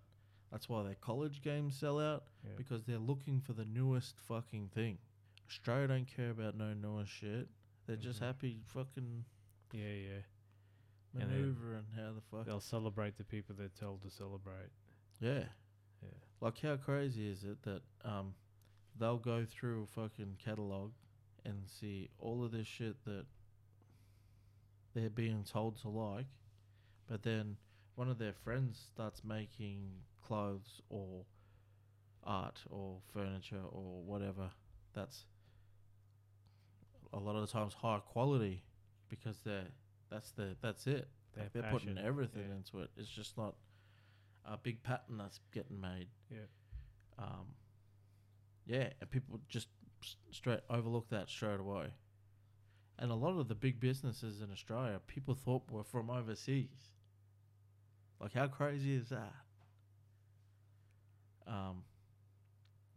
That's why their college games sell out
Yeah.
because they're looking for the newest fucking thing. Australia don't care about no newest shit. They're just
Mhm.
happy fucking
yeah, yeah. And then
maneuvering how the fuck.
They'll celebrate the people they're told to celebrate.
Yeah.
Yeah.
Like, how crazy is it that um, they'll go through a fucking catalog and see all of this shit that they're being told to like, but then one of their friends starts making clothes or art or furniture or whatever that's a lot of the times high quality because they're that's the that's it
Their
like they're
passion,
putting everything
yeah.
into it. It's just not a big pattern that's getting made.
Yeah.
Um. Yeah, and people just s- straight overlook that straight away. And a lot of the big businesses in Australia, people thought were from overseas. Like, how crazy is that? Um.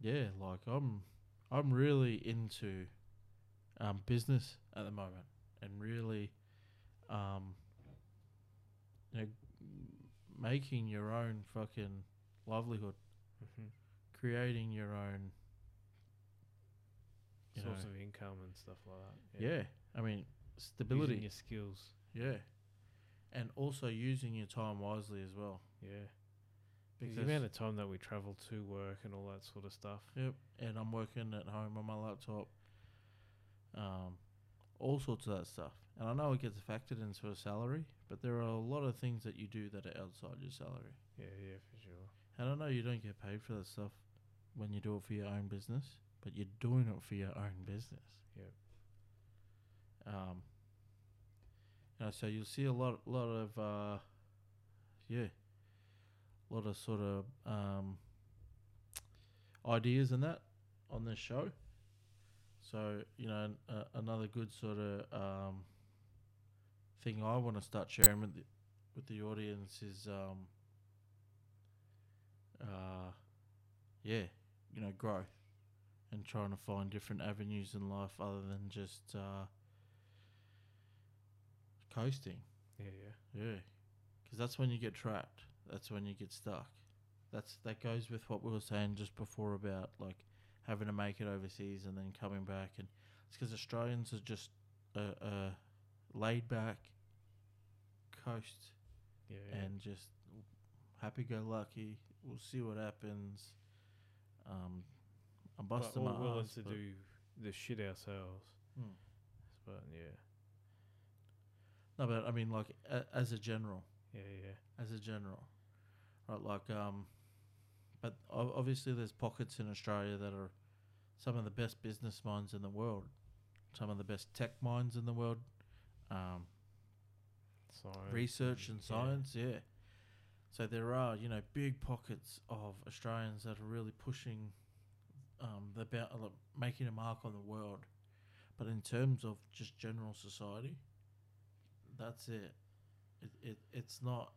Yeah, like I'm, I'm really into, um, business at the moment, and really, um, you know, making your own fucking livelihood,
Mm-hmm.
creating your own. You
Source
know.
of income and stuff like that.
Yeah, I mean
Using
stability.
your skills.
Yeah, and also using your time wisely as well.
Yeah.
Because
the amount of time that we travel to work and all that sort of stuff.
yep, and I'm working at home on my laptop. Um, all sorts of that stuff, and I know it gets factored into a salary, but there are a lot of things that you do that are outside your salary.
Yeah, yeah, for sure.
And I know you don't get paid for that stuff when you do it for your own business, but you're doing it for your own business.
Yep.
Um. You know, so you'll see a lot, lot of, uh, yeah, a lot of sort of um, ideas and that on this show. So you know, an- uh, another good sort of um, thing I want to start sharing with the, with the audience is um, uh, yeah, you know, growth and trying to find different avenues in life other than just uh, coasting.
Yeah, yeah.
Yeah, because that's when you get trapped. That's when you get stuck. That's that goes with what we were saying just before about like having to make it overseas and then coming back, and it's because Australians are just uh, uh, laid back, coast
Yeah, yeah.
and just happy go lucky. We'll see what happens. Um, I'm
but
busting
all
my
willing
ass,
to
but-
do the shit ourselves.
Hmm.
But yeah,
No, but I mean, like a, as a general,
yeah, yeah.
as a general, right? Like, um, but o- obviously there's pockets in Australia that are some of the best business minds in the world, some of the best tech minds in the world. Um,
Science.
research and
yeah.
science, yeah. So there are, you know, big pockets of Australians that are really pushing um, the bou- uh, making a mark on the world. But in terms of just general society, that's it. It, it it's not.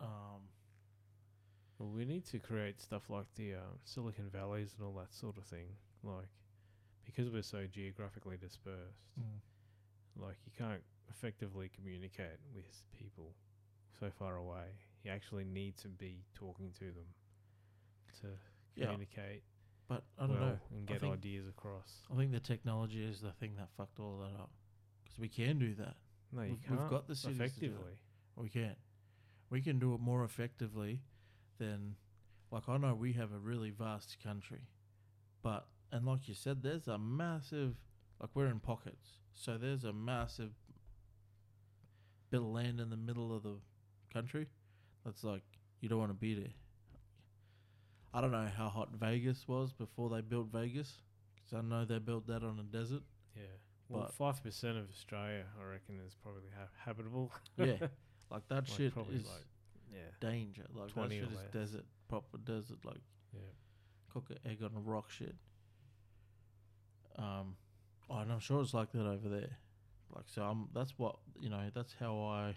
Um,
Well, we need to create stuff like the um, Silicon Valleys and all that sort of thing. Like, because we're so geographically dispersed,
Mm.
like, you can't effectively communicate with people so far away. You actually need to be talking to them to
Yeah,
communicate
But I don't
well
know.
and
I
get
think-
ideas across.
I think the technology is the thing that fucked all that up. Because we can do that.
No, you
we've-
can't.
we've got the cities to do it.
effectively.
We can. We can do it more effectively than, like, I know we have a really vast country, but, and like you said, there's a massive, like, we're in pockets. So there's a massive bit of land in the middle of the country that's like, you don't want to be there. I don't know how hot Vegas was before they built Vegas, 'cause I know they built that on
<laughs>
a desert.
Yeah. Well,
But-
five percent of Australia, I reckon, is probably ha- habitable.
Yeah. Like, that
Like,
shit
probably
is
like yeah,
danger. Like, that
20 or
shit is
less.
desert, proper desert. Like,
yeah.
cock an egg on a rock shit. Um, oh, and I'm sure it's like that over there. Like, so I'm. That's what you know. That's how I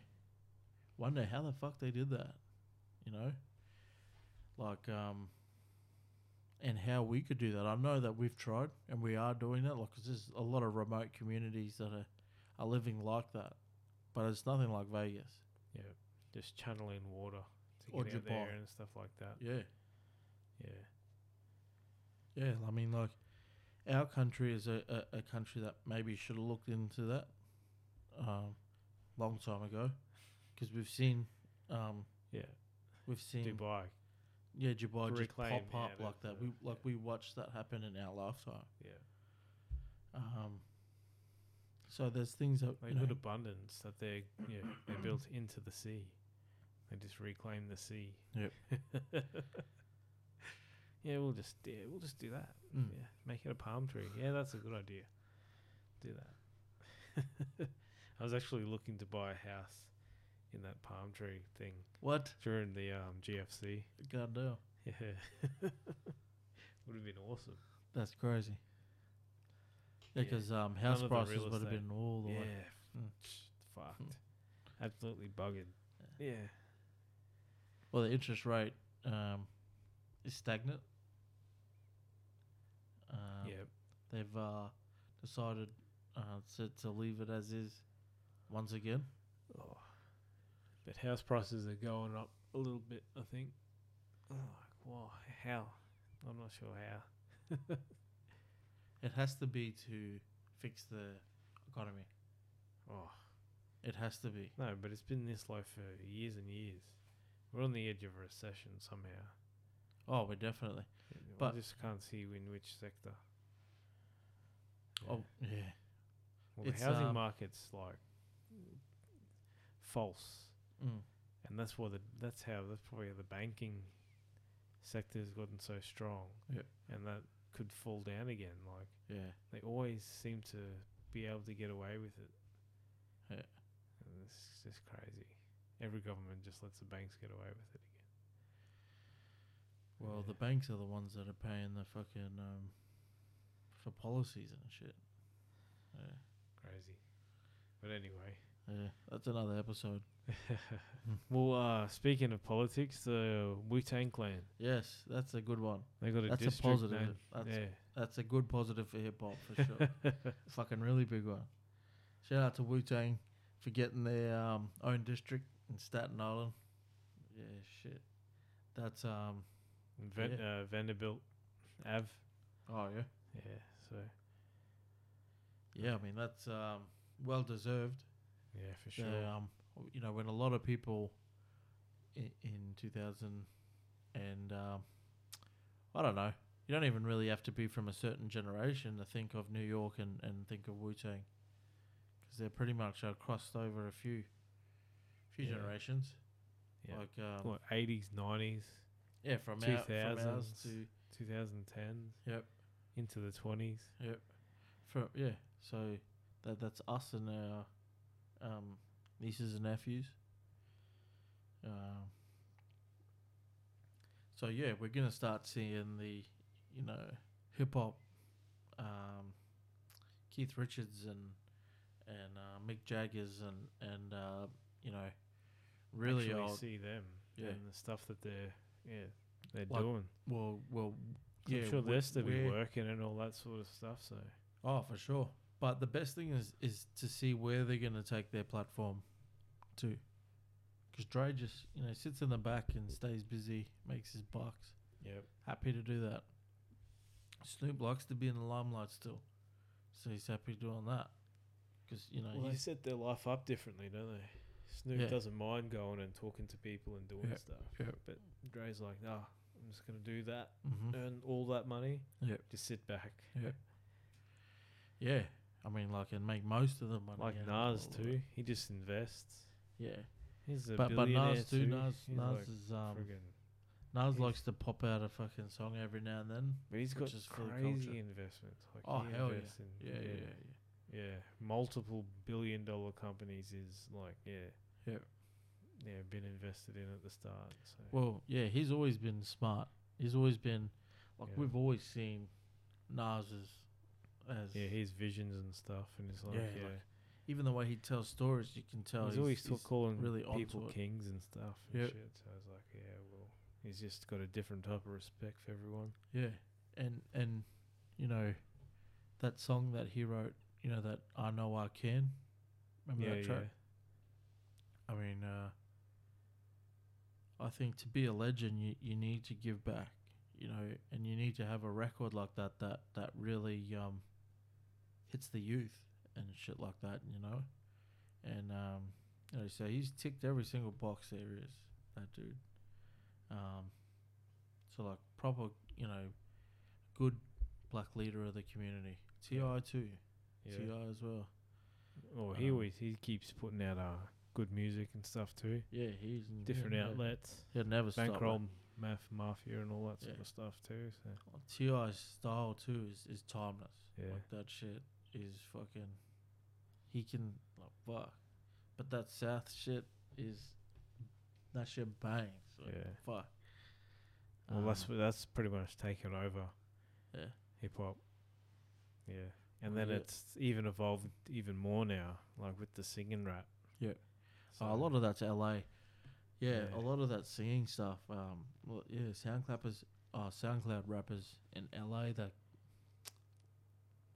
wonder how the fuck they did that. You know, like um, and how we could do that. I know that we've tried and we are doing that. Like, 'cause there's a lot of remote communities that are are living like that, but it's nothing like Vegas.
just channeling water to
Or
get out
Dubai.
there and stuff like that.
Yeah.
Yeah,
Yeah, I mean, like, our country is a, a, a country that maybe should have looked into that um, long time ago because we've seen, um,
yeah.
we've seen,
Dubai.
yeah, Dubai just pop
Reclaim, yeah,
up like
that's
that.
it,
We like
yeah.
we watched that happen in our lifetime.
Yeah,
Um, so there's things that
they
you know,
got abundance that they yeah they built into the sea. They just reclaim the sea.
Yep.
<laughs> yeah, we'll just yeah, we'll just do that.
mm,
Yeah, make it a palm tree. Yeah, that's a good idea. Do that. <laughs> I was actually looking to buy a house in that palm tree thing
what
during the um, GFC.
goddamn.
<laughs> Yeah, <laughs> would have been awesome.
That's crazy. Yeah,
Yeah.
because um,
None
house
of the
prices
real
would have
estate.
been all the
yeah,
way. Hmm.
f- fucked, absolutely buggered. Yeah,
Well, the interest rate um, is stagnant. Um,
yeah,
They've uh, decided uh, to, to leave it as is once again.
Oh. But house prices are going up a little bit, I think. Oh, wow, how? I'm not sure how.
It has to be to fix the economy.
Oh,
It has to be.
no, but it's been this low for years and years. We're on the edge of a recession somehow.
Oh, we're definitely.
But
But-
I just can't see in which sector.
Oh, yeah.
well, the
it's,
housing
um,
market's like false,
Mm.
and that's why the that's how that's probably how the banking sector has gotten so strong.
Yep.
and that could fall down again. Like
Yeah.
they always seem to be able to get away with it.
Yeah.
And it's just crazy. Every government just lets the banks get away with it again.
Well,
Yeah.
the banks are the ones that are paying the fucking um, for policies and shit. Yeah.
Crazy. But anyway.
Yeah. That's another episode.
well, uh, speaking of politics, the Wu Tang Clan.
Yes, that's a good one.
They got a
That's a
district
positive.
name.
That's
yeah.
That's a good positive for hip hop for sure. <laughs> Fucking really big one. Shout out to Wu Tang for getting their um, own district in Staten Island. Yeah, shit. That's um.
Ven-
yeah.
Uh, Vanderbilt Ave.
Oh yeah.
Yeah. So,
Yeah, I mean that's um well deserved.
yeah, for sure.
They, um, you know when a lot of people in, in 2000 and um, I don't know. You don't even really have to be from a certain generation to think of New York and, and think of Wu Tang, because they're pretty much uh, crossed over a few, few
Yeah.
generations.
Yeah.
Like um,
what, 80s, 90s,
yeah, from our, from ours
2000s.
to
2010s.
Yep.
Into the 20s.
from yeah. So that that's us and our um, nieces and nephews. Um, so yeah, we're gonna start seeing the, you know, hip hop, um, Keith Richards and and uh, Mick Jaggers and and uh, you know, really
actually
old.
see them
Yeah.
and the stuff that they're yeah they're
Like,
doing.
Well, well,
Yeah,
yeah.
I'm sure
we-
they're still be
we're-
working and all that sort of stuff. So
Oh, for sure. But the best thing is is to see where they're going to take their platform to. Because Dre just, you know, sits in the back and stays busy, makes his bucks.
yep,
Happy to do that. Snoop likes to be in the limelight still. So he's happy doing that. Because, you know,
well, they
he's,
set their life up differently, don't they? Snoop
Yeah.
doesn't mind going and talking to people and doing
Yeah,
stuff,
yeah.
but Dre's like, nah, I'm just gonna do that,
Mhm.
earn all that money,
Yeah.
just sit back,
Yeah. yeah. I mean, like, and make most of the money.
like
out of
Nas
all of it.
too. He just invests.
Yeah.
He's a
But, but
billionaire
Nas too, Nas,
He's
Nas
like
is, um,
friggin-
Nas
he's-
likes to pop out a fucking song every now and then.
but he's got
which is for the culture.
crazy investments. Like
Oh,
he
hell yeah.
invests in-
Yeah, yeah, yeah.
Yeah, multiple billion dollar companies is like yeah,
Yeah.
yeah, been invested in at the start. So
Well, yeah, he's always been smart. He's always been like
Yeah.
we've always seen Nas as, as
yeah, his visions and stuff, and it's like
Yeah,
yeah,
like, even the way he tells stories, you can tell
he's,
he's,
always still
he's
calling
really onto
people
it.
kings and stuff and
Yep.
shit. So I was like, yeah, well, he's just got a different type of respect for everyone.
yeah, and and you know that song that he wrote, you know that I know I can. Remember
yeah,
that
yeah,
track? I mean, uh, I think to be a legend, you, you need to give back, you know, and you need to have a record like that that that really um, hits the youth and shit like that, you know, and um, you know, so he's ticked every single box there is that dude. Um, so like proper, you know, good black leader of the community. Ti
Yeah.
too,
Yeah.
Ti as well.
Oh, he
Um,
always he keeps putting out uh, good music and stuff too.
Yeah, he's in-
Different
yeah,
outlets,
He'll never stop. mate.
bankroll, math, mafia, and all that sort
Yeah.
of stuff too. So
Ti's style too is, is timeless.
Yeah.
Like that shit is fucking. He can like fuck, but that South shit is that shit bangs. Like,
Yeah.
Fuck.
well, that's
Um,
wh- that's pretty much taken over
yeah.
hip hop. Yeah, and
Well,
then
yeah.
it's even evolved even more now, like with the singing rap.
Yeah. Oh, a lot of that's LA. Yeah,
Yeah.
a lot of that singing stuff. Um, well, yeah, SoundClappers, uh, SoundCloud rappers in LA that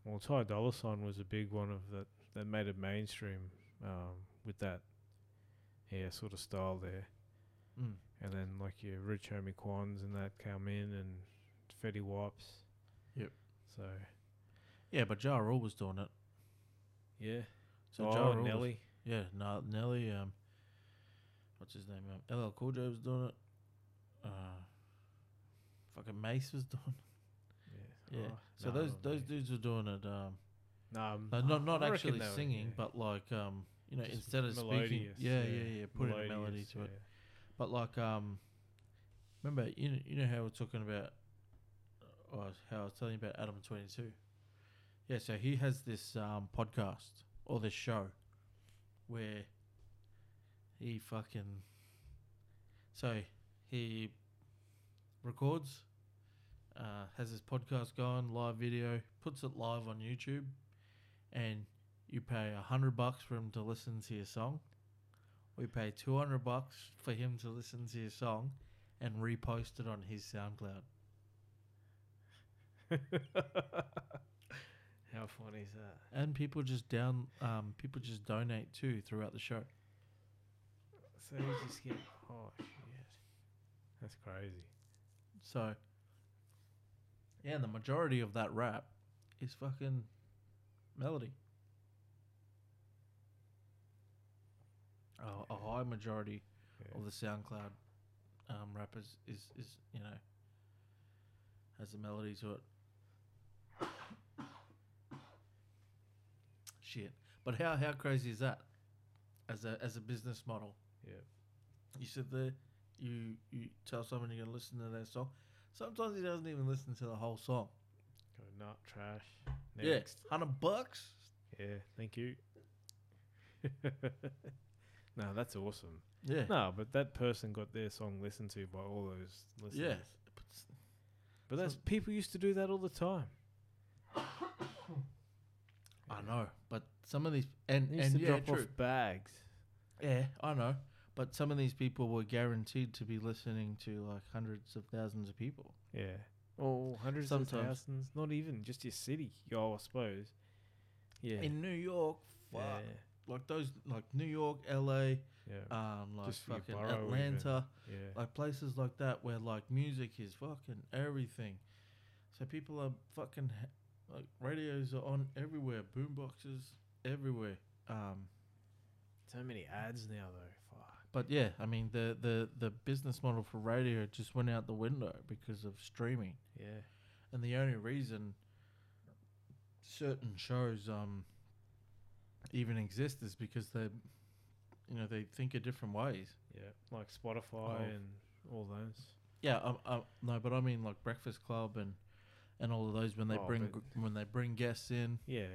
Well, Ty Dolla Sign was a big one of that that made it mainstream um, with that, yeah, sort of style there.
mm,
And then like your Rich Homie Quans and that come in and Fetty Wipes.
Yep.
So
Yeah, but Ja Rule was doing it.
yeah.
So
oh,
Ja Rule
and
was-
Nelly.
yeah, no, Nelly. Um, what's his name? Um, LL Cool J was doing it. Uh, fucking Mace was doing. it.
Yeah.
Yeah.
Oh,
so
nah,
those
not
those
me.
dudes were doing it. Um,
Nah, um,
no, not not
I reckon
actually
they were,
singing,
yeah.
but like um, you know,
Just
instead of speaking,
melodious,
yeah, yeah, yeah, putting a melody
melodious,
to it. But like um, remember you know, you know how we're talking about, or how I was telling you about Adam Twenty Two. Yeah, so he has this um podcast or this show, where he fucking. So he records, uh, has his podcast going live video, puts it live on YouTube, and you pay a hundred bucks for him to listen to your song. We pay two hundred bucks for him to listen to your song, and repost it on his SoundCloud. <laughs>
How funny is that?
And people just down, um, people just donate too throughout the show.
So you just get oh shit, that's crazy.
So, yeah, and the majority of that rap is fucking melody. A, a high majority
Yeah.
of the SoundCloud um, rappers is, is you know has a melody to it. <coughs> Shit, but how how crazy is that as a as a business model?
Yeah.
You sit there, you you tell someone you're gonna listen to their song. Sometimes he doesn't even listen to the whole song.
Go nut trash.
Yeah,
Next.
hundred bucks.
Yeah. Thank you. <laughs> no, that's awesome.
Yeah,
No, but that person got their song listened to by all those listeners.
yeah. But s-
But that's people used to do that all the time.
<coughs> I know, but some of these and
They used
and
to
yeah,
drop
true.
off bags.
Yeah, I know. But some of these people were guaranteed to be listening to like hundreds of thousands of people.
Yeah. Oh, hundreds of
Sometimes.
thousands. Not even just your city. Oh, I suppose. Yeah.
In New York, fuck.
yeah.
Like those, like New York, LA,
Yeah.
um, like
Just your
fucking
borough even.
Atlanta,
yeah.
like places like that where like music is fucking everything. So people are fucking, ha- like radios are on everywhere, boomboxes everywhere. Um,
so many ads now though. Fuck.
But yeah, I mean the, the, the business model for radio just went out the window because of streaming,
Yeah.
and the only reason certain shows um even exist is because they, you know, they think of different ways.
Yeah. Like Spotify
Oh.
and all those.
Yeah, um, um, no, but I mean like Breakfast Club and and all of those when they
Oh,
bring
but-
when they bring guests in
Yeah.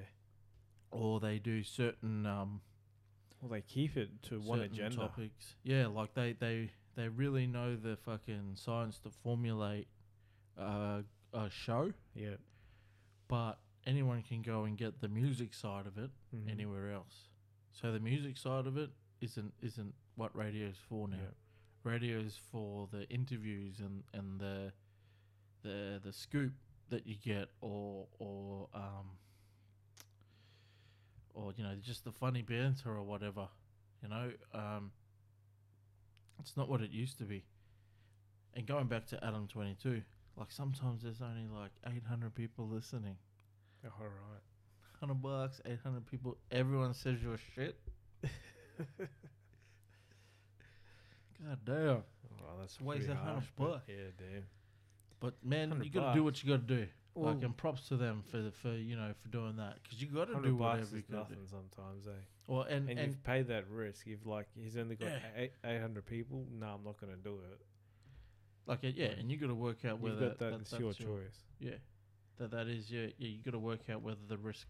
or they do certain um
Well, they keep it to one
certain
agenda.
topics. Yeah, like they they they really know the fucking science to formulate uh, a show,
Yeah.
but anyone can go and get the music side of it
Mhm.
anywhere else. So the music side of it isn't isn't what radio's for now.
Yeah.
Radio is for the interviews and and the the the scoop that you get, or or um, or you know just the funny banter or whatever. You know, um, it's not what it used to be. And going back to Adam 22, like sometimes there's only like 800 people listening.
Oh, all right.
100 bucks, 800 people. Everyone says your
<laughs>
shit. God damn.
Well, Oh, that's
Why is
pretty
that hard
harsh,
to
but
put?
Yeah, damn.
But man,
100
you got to do
bucks.
what you got to do. like,
Well,
and props to them for, the, for you know, for doing that. Because you got to do
100
whatever
bucks
you
is
got to do.
nothing sometimes, eh?
Well, and,
And,
Mm, and,
you've paid that risk. You've like, he's only got
Yeah.
eight, 800 people. No, I'm not going to do it.
like, yeah, and you got to work out
You've
whether
got that,
that-
it's
that's
your choice.
Yeah, that that is yeah. yeah you got to work out whether the risk,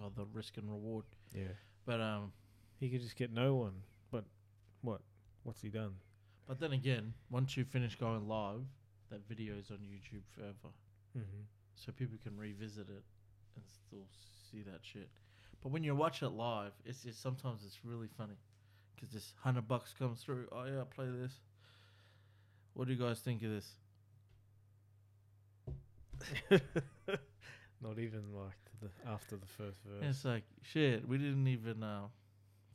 or the risk and reward.
Yeah.
But um,
He could just get no one. But what? What's he done?
but then again, once you finish going live, that video is on YouTube forever,
Mm-hmm.
so people can revisit it and still see that shit. But when you watch it live, it's just sometimes it's really funny, because this hundred bucks comes through. Oh yeah, I play this. What do you guys think of this?
<laughs> Not even like to the, after the first verse.
And it's like shit. We didn't even uh,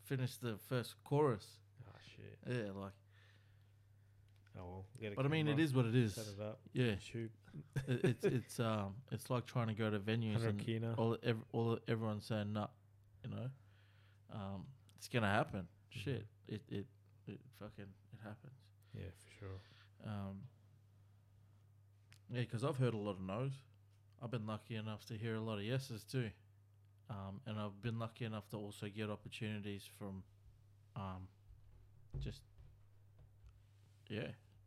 finish the first chorus.
Ah, shit.
Yeah, like.
Oh, well. get a
But I mean, it
camera,
is what it is.
Set it up.
Yeah. <laughs>
Shoot.
It- it's it's um it's like trying to go to venues
100
and
kina.
all ev- all everyone's saying no, you know, um it's gonna happen. Shit, it it it fucking it happens.
Yeah, for sure.
Um, yeah, because I've heard a lot of no's. I've been lucky enough to hear a lot of yeses too, um, and I've been lucky enough to also get opportunities from, um, just yeah,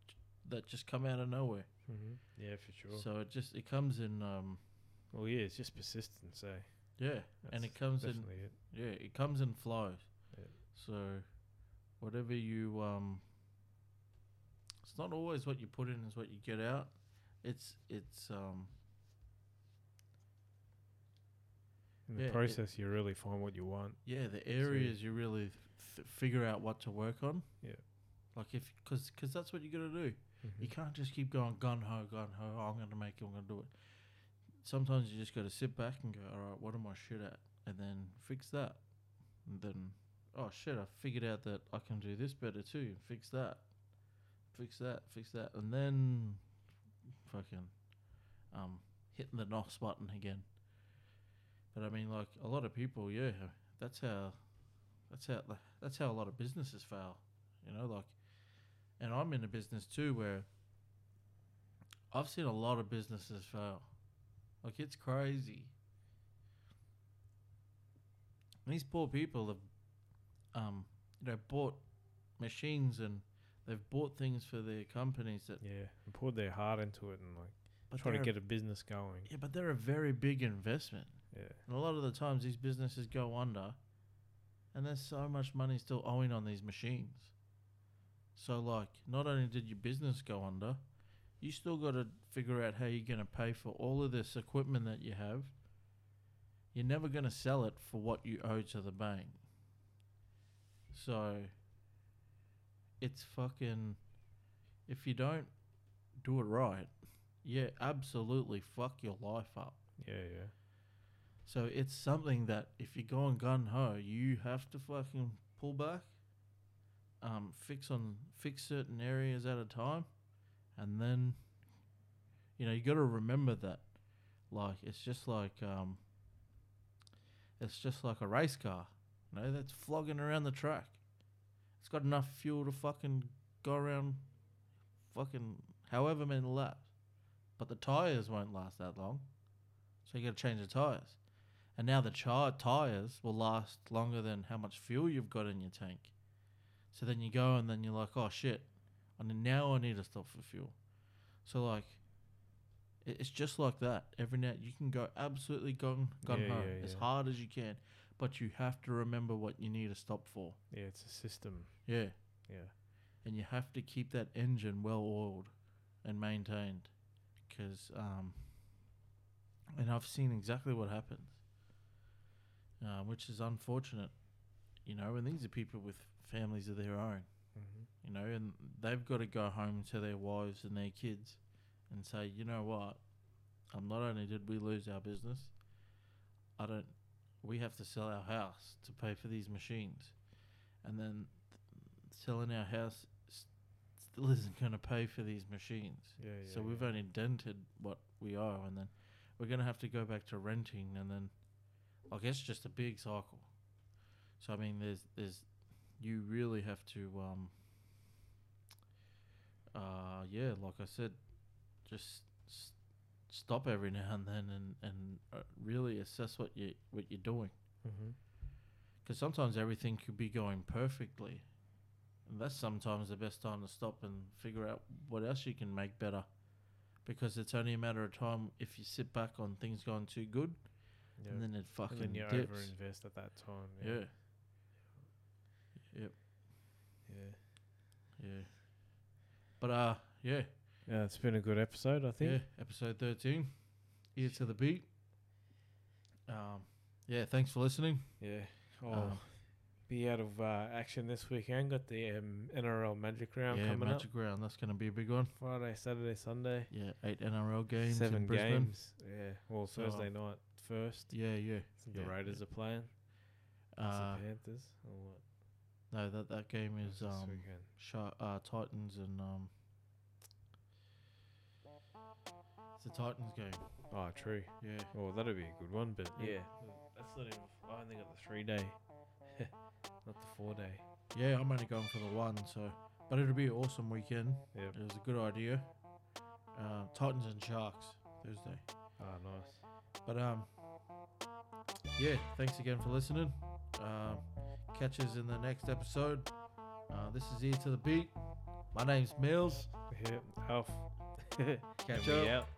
j- that just come out of nowhere.
hmm Yeah, for sure.
Mm-hmm. So it just it comes in um
well, yeah, it's just persistence, eh?
yeah. and
That's
it comes in
definitely it.
yeah it comes in flows
Yeah.
so whatever you um it's not always what you put in is what you get out it's it's um
In
Yeah,
the
it-
process, you really find what you want.
yeah the areas you really th- figure out what to work on
Yeah.
like if because because that's what you got to do you
Mhm.
can't just keep going gun ho gun ho oh, i'm gonna make it i'm gonna do it sometimes you just gotta sit back and go all right what am i shit at and then fix that and then oh shit i figured out that i can do this better too fix that fix that fix that and then fucking um hitting the nos button again but i mean like a lot of people yeah that's how that's how that's how a lot of businesses fail you know like and I'm in a business too where I've seen a lot of businesses fail. Like it's crazy. These poor people have, um, you know, bought machines and they've bought things for their companies that
Yeah, and poured their heart into it and like
but
trying to
they're
get a business going.
a- yeah, but they're a very big investment.
Yeah.
And a lot of the times these businesses go under and there's so much money still owing on these machines. So like not only did your business go under, you still gotta figure out how you're gonna pay for all of this equipment that you have. You're never gonna sell it for what you owe to the bank. So it's fucking if you don't do it right, yeah, absolutely fuck your life up.
Yeah, yeah.
So it's something that if you're going gun ho, you have to fucking pull back, um, fix on fix certain areas at a time, and then, you know, you got to remember that, like it's just like um, it's just like a race car, you know, that's flogging around the track. It's got enough fuel to fucking go around, fucking however many laps, but the tires won't last that long, so you got to change the tires. And now the char- tires will last longer than how much fuel you've got in your tank. So then you go and then you're like, oh shit, and then now I need to stop for fuel. So like, it- it's just like that. Every now you can go absolutely gun gun
Yeah,
ho
yeah,
as
yeah.
hard as you can, but you have to remember what you need to stop for.
Yeah, it's a system.
Yeah,
Yeah.
and you have to keep that engine well oiled and maintained, because um, and I've seen exactly what happens, uh, which is unfortunate, you know. And these are people with families of their own,
Mhm.
you know, and they've got to go home to their wives and their kids, and say, you know what, um, not only did we lose our business, I don't, we have to sell our house to pay for these machines, and then selling our house s- still isn't going to pay for these machines.
Yeah, yeah.
so we've
yeah.
only dented what we are, and then we're going to have to go back to renting, and then I guess just a big cycle. So I mean, there's there's you really have to um uh yeah, like I said, just s- stop every <laughs> now and then and and uh, really assess what you what you're doing
Mhm.
because sometimes everything could be going perfectly. And that's sometimes the best time to stop and figure out what else you can make better. Because it's only a matter of time if you sit back on things going too good
Yeah.
and then it fucking
And then you
dips.
overinvest at that time.
yeah.
Yeah.
Yep.
yeah.
Yeah. But uh yeah.
Yeah, it's been a good episode, I think.
Yeah. Episode thirteen. Ear to the beat. Um yeah, thanks for listening.
Yeah. Oh,
Um,
be out of uh, action this weekend. Got the um, NRL Magic Round
yeah,
coming
Magic Round, that's gonna be a big one.
up Friday, Saturday, Sunday.
Yeah, eight NRL games
Seven
in Brisbane.
games. Yeah. Well,
So,
Thursday night first.
Yeah, yeah.
The
yeah,
Raiders are playing. It's the
Uh,
Panthers. Or what?
No, that that game
That's
is
this
um
weekend.
Shar- uh, Titans and um it's the Titans game.
Oh, true.
Yeah.
Well, that'll be a good one, but yeah, that's not even. I only got the three day, <laughs> not the four day.
Yeah, I'm only going for the one, so but it'll be an awesome weekend.
Yep.
It was a good idea. Uh, Titans and Sharks Thursday.
Oh, nice.
But um yeah, thanks again for listening. Um catch us in the next episode. Uh, this is Ear to the Beat. My name's Mills.
<laughs> Yep. Alf.
Catch
And we
up.
out.